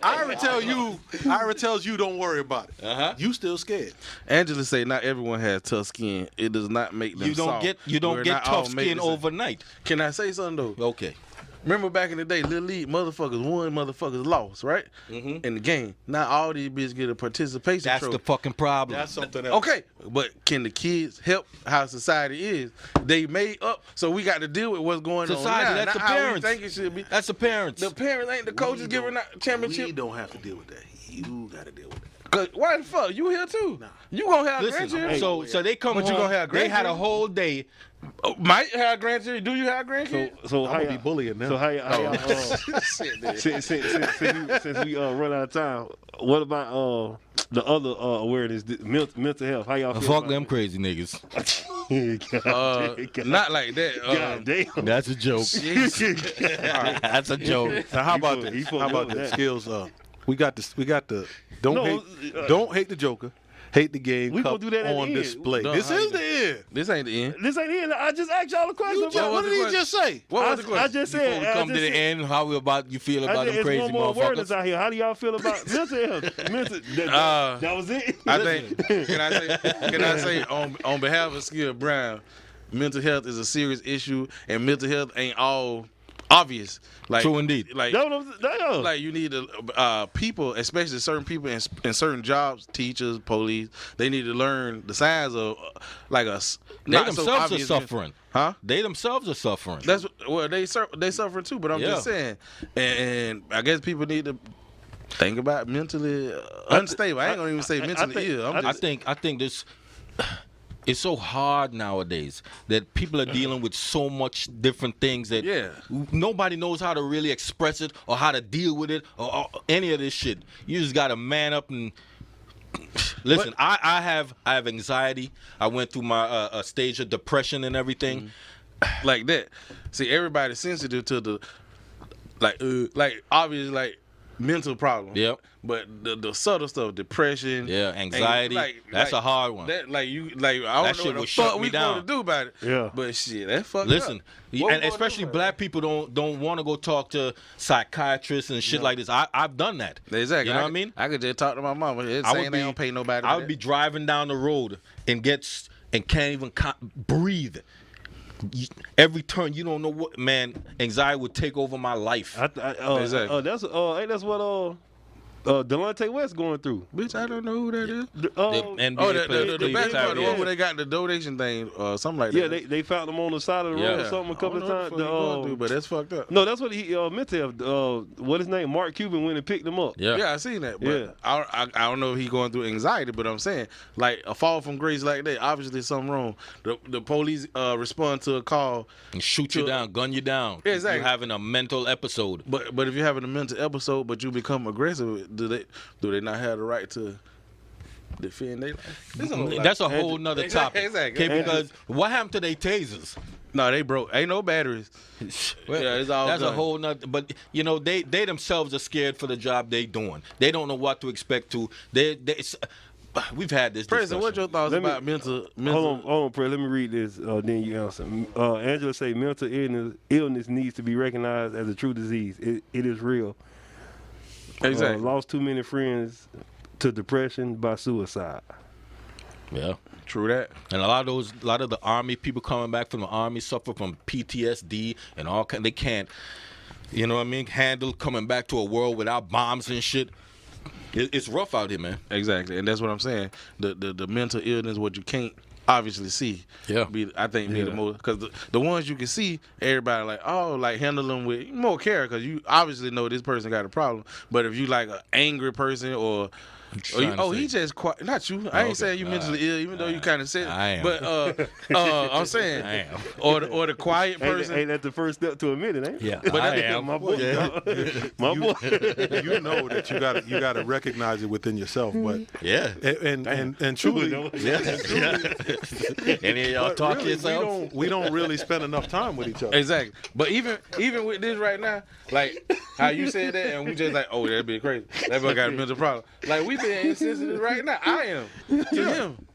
C: Ira tell you. Ira tells you don't worry about it.
B: Uh-huh.
C: You still scared.
D: Angela say not everyone has tough skin. It does not make them
B: You don't
D: soft.
B: get. You don't
D: We're
B: get
D: not all
B: tough
D: made
B: skin
D: the same.
B: overnight.
D: Can I say something though?
B: Okay.
D: Remember back in the day, Lil League motherfuckers won, motherfuckers lost, right? In the game. Now all these bitches get a participation
B: Mm-hmm. That's
D: trophy.
B: the fucking problem.
C: That's something else.
D: Okay, but can the kids help how society is? They made up, so we got to deal with what's going
B: Society,
D: on. now,
B: that's
D: not
B: the
D: how we
B: parents.
D: think it should be. uh,
B: That's the parents.
D: The parents ain't the coaches giving out championship.
C: We don't have to deal with that. You got to deal with that.
D: Cause why the fuck you here too? You gonna have
B: Listen,
D: grandchildren?
B: so so they come
D: But you
B: home,
D: gonna have
B: They had a
D: grandchildren?
B: whole day.
D: Oh, might have grandchildren. Do you
A: So,
D: have grandkids?
A: so how
C: I'm
A: y'all-
C: gonna be bullying now.
A: So how, y'all- how y'all, uh, since, since, since, since, you, since we uh, run out of time, what about uh, the other uh, awareness, the mental, mental health? How y'all feel
B: Fuck
A: about
B: them
A: it?
B: crazy niggas.
A: God,
D: uh,
A: damn,
D: not like that. Uh,
A: God damn.
B: That's a joke. That's a joke.
C: Now, how
A: He
C: about
A: full- he
C: this?
A: full
C: How
A: of
C: about
A: that.
C: this? Skills. Uh, we got this. We got the. Don't
A: No,
C: hate.
A: uh,
C: don't hate the Joker. Hate the game.
A: We gonna
C: cup
A: do that at the
C: on
A: end.
C: display.
D: Done,
C: this
D: how
C: is
D: you
C: the end.
D: This ain't the end.
A: This ain't it. I just asked y'all a question.
C: You
A: about
C: just-
D: what
C: what
D: was
C: did
D: the
C: he just say?
D: What was
A: I,
D: the question?
A: I just
B: Before
A: said.
B: we
A: I
B: come
A: just
B: to the
A: said-
B: end, how we about you feel
A: I just,
B: about them
A: it's
B: crazy
A: one more awareness
B: motherfuckers?
A: out here. How do y'all feel about mental health? Mental, that,
D: Uh,
A: that was it.
D: I think can I say can I say on on behalf of Skill Brown, mental health is a serious issue and mental health ain't all obvious. Like
B: True indeed.
D: Like
A: that was, that, yeah.
D: like you need to, uh, people, especially certain people in, in certain jobs, teachers, police, they need to learn the signs of uh, like a s-
B: They
D: not so
B: themselves are
D: obvious-
B: suffering.
D: Huh?
B: They themselves are suffering.
D: That's what- well, they sur- they suffering too, but I'm just
B: Yeah.
D: saying, and, and I guess people need to think about mentally uh, unstable. I ain't gonna even say
A: I- I
D: mentally
A: think-
D: ill. I'm
B: I
D: just,
B: think I think this it's so hard nowadays that people are dealing with so much different things that
D: Yeah.
B: nobody knows how to really express it or how to deal with it or, or any of this shit. You just gotta man up and listen. I, I have I have anxiety. I went through my uh, uh, stage of depression and everything.
D: Mm-hmm. like that. See, everybody's sensitive to the like uh, like obvious like mental problem.
B: Yep.
D: But the, the subtle stuff, depression,
B: Yeah, anxiety, that's a hard one.
D: That like you like I
B: That
D: don't know
B: shit
D: what
B: will
D: the
B: shut
D: fuck
B: me
D: we
B: down.
D: gonna do about it.
A: Yeah.
D: But shit, that fuck.
B: Listen,
D: What we
B: and
D: gonna
B: especially
D: do about
B: black people don't don't want to go talk to psychiatrists and shit like this. I I've done that.
D: exactly.
B: You know what
D: I
B: I
D: could-
B: mean?
D: I could just talk to my mama. It's
B: I
D: saying
B: would be
D: they don't pay nobody.
B: I
D: for
B: would
D: that.
B: be driving down the road and get s- and can't even co- breathe. You- Every turn, you don't know what man. Anxiety would take over my life.
A: I, th- I, uh,
D: Exactly.
A: uh, that's uh, ain't that's what uh, uh, Delonte West going through.
D: Bitch, I don't know who that is.
A: The, uh,
B: The NBA
D: Oh, the, the,
B: player-
D: the, the
A: Yeah,
D: basketball, the
A: yeah.
D: one where they got the donation thing or something like
A: yeah,
D: that.
A: they, they found him on the side of the road
B: Yeah.
A: or something a couple of times. The, uh,
D: Dude, but that's fucked up.
A: no, that's what he uh, meant to have. Uh, what his name? Mark Cuban went and picked him up.
B: yeah.
D: Yeah, I seen that. But
A: Yeah.
D: I, I I don't know if he going through anxiety, but I'm saying like a fall from grace like that. Obviously, something wrong. The the police uh, respond to a call,
B: and shoot you
D: to-
B: down, gun you down.
D: Yeah, exactly.
B: You're having a mental episode.
D: but but if you're having a mental episode, but you become aggressive, do they do they not have the right to defend they?
B: Mm, That's a whole nother
D: Exactly,
B: topic.
D: exactly.
B: Okay, because what happened to they tasers?
D: no, they broke. Ain't no batteries. yeah, it's all
B: That's
D: done.
B: a whole nother. But you know, they they themselves are scared for the job they doing. They don't know what to expect. To they, they it's, we've had this.
D: President, what's your
B: discussion.
D: thoughts
A: Let me-
D: about mental mental?
A: Hold on, hold on, Pre. Let me read this. Uh, then you answer. Uh, Angela say mental illness, illness needs to be recognized as a true disease. It, it is real. Uh,
D: Exactly.
A: lost too many friends to depression by suicide.
B: Yeah.
D: True that.
B: And a lot of those, a lot of the army people coming back from the army suffer from PTSD and all kind. They can't, you know what I mean, handle coming back to a world without bombs and shit. It, it's rough out here, man.
D: Exactly, and that's what I'm saying. The the, the mental illness, what you can't obviously see.
B: Yeah.
D: be, I think be the most because the, the ones you can see, everybody like oh like handle them with more care because you obviously know this person got a problem. But if you like an angry person or or you-
B: trying to
D: oh, he
B: think.
D: just quiet. Not you. I ain't
B: Okay.
D: saying you mentally ill, even though you kind of said.
B: I am.
D: But uh, uh, I'm saying,
B: I am.
D: or the, or the quiet
A: Ain't,
D: person.
A: that- ain't that the first step to admitting, ain't it?
B: Yeah,
D: But
B: I
D: that-
B: am.
A: My boy. My boy.
C: you know that you got to you got to recognize it within yourself, but
B: Yeah,
C: and and and, and truly.
B: yeah, yeah. Any of y'all
C: but
B: talk
C: really,
B: to yourself?
C: We don't, we don't really spend enough time with each other.
D: Exactly. But even even with this right now, like how you said that, and we just like, oh, that'd be crazy. That boy got a mental problem. Like we being insensitive right now. I am to him.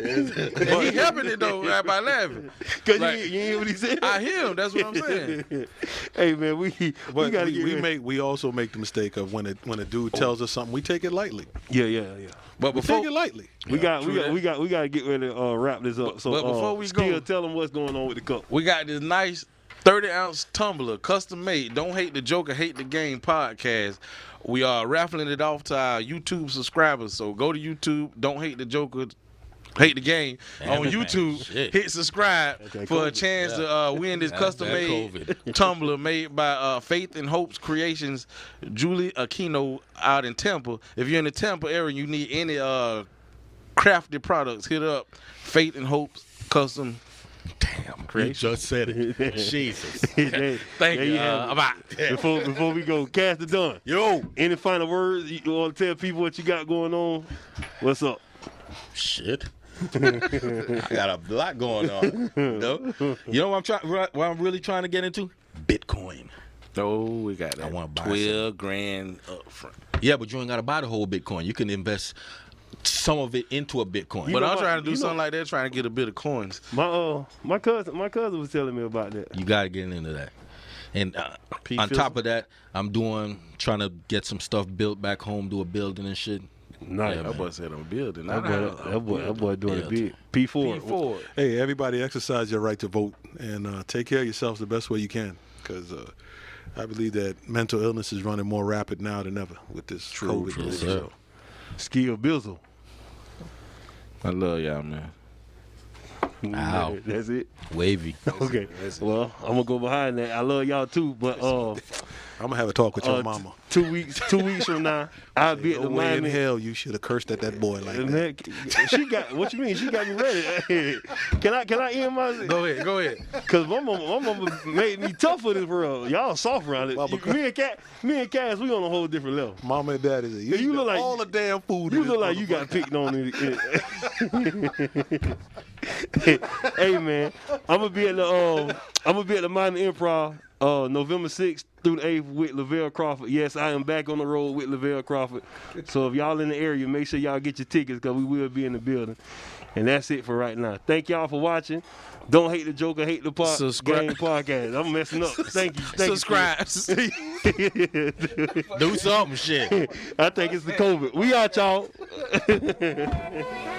D: and he helping it though right by laughing.
A: Because
D: Like-
A: you, you hear what he said?
D: I hear him. That's what I'm saying.
A: hey, man, we, we
C: But
A: got to
C: we,
A: get
C: we
A: rid-
C: make we also make the mistake of when a when a dude tells us something, we take it lightly.
A: Yeah, yeah, yeah.
D: But
C: We take
D: before
C: it lightly.
A: We got, we
D: true
A: got,
D: that.
A: we got, we got to get ready to uh, wrap this up. So,
D: but before
A: uh,
D: we
A: Skill,
D: go-
A: tell them what's going on with the cup.
D: we got this nice 30 ounce tumbler, custom made. Don't hate the Joker, hate the game podcast. We are raffling it off to our YouTube subscribers. So go to YouTube, don't hate the Joker. Hate the game
B: Damn
D: on
B: it, man.
D: YouTube.
B: Shit.
D: Hit subscribe
A: that
D: for a
A: COVID.
D: chance to uh, win this
B: That's that
D: custom made
B: COVID.
D: tumbler made by uh, Faith and Hope's Creations, Julie Aquino out in Tampa. If you're in the Tampa area, and you need any uh, crafted products. Hit up Faith and Hope's Custom
B: Damn, you just said it. Jesus.
A: There-
D: Thank
A: there
D: you.
A: have it.
D: Uh, I'm out.
A: Before, before we go, cast the done.
B: Yo.
A: Any final words you want to tell people what you got going on? What's up?
B: Shit. I got a lot going on. No? You know what I'm trying what I'm really trying to get into? Bitcoin.
D: Oh, we got that.
B: wanna buy
D: twelve grand up front.
B: Yeah, but you ain't gotta buy the whole Bitcoin. You can invest some of it into a Bitcoin.
D: But
A: know
D: I'm
A: what?
D: trying to do
A: You know-
D: something like that, trying to get a bit of coins.
A: My uh, my cousin, my cousin was telling me about that.
B: You gotta get into that. And uh,
D: P.
B: on
D: Phil-
B: top of that, I'm doing trying to get some stuff built back home, do a building and shit.
A: Nice.
D: That boy said I'm building.
A: that, boy, that boy, that boy doing it big. P four.
D: Ford.
C: Hey, everybody, exercise your right to vote and uh, take care of yourselves the best way you can, because uh, I believe that mental illness is running more rapid now than ever with this COVID.
B: true,
C: thing.
B: sir.
C: So,
A: Skill Bizzle.
D: I love y'all, man.
B: Ow.
A: That's it.
B: Wavy.
A: Okay. Well, I'm gonna go behind that. I love y'all too, but uh,
C: I'm gonna have a talk with
A: uh
C: your
A: t-
C: mama.
A: two weeks, two weeks from now, I'll be at
C: No
A: the
C: way in
A: Miami.
C: hell you should have cursed at that boy like
A: And
C: that.
A: that- she got what you mean? She got me ready. can I can I end my?
D: Go ahead, go ahead.
A: Cause my mama, my mama made me tough for this world. Y'all soft around it.
C: Mama-
A: me and Cat, me and Cass, we on a whole different level.
C: Mama and daddy, you,
A: You look
C: eat
A: like-
C: all the damn food.
A: You
C: in this
A: look like you got picked on. In, in- hey man, I'm gonna be at the um, I'm gonna be at the Modern Improv uh, November 6th through the 8th with Lavelle Crawford. Yes, I am back on the road with Lavelle Crawford. So if y'all in the area, make sure y'all get your tickets because we will be in the building. And that's it for right now. Thank y'all for watching. Don't hate the Joker, hate the pod-
D: Subscribe.
A: game podcast. I'm messing up. Thank you. Thank you,
D: Subscribe.
B: do something shit.
A: Chris. I think it's the COVID. We out, y'all.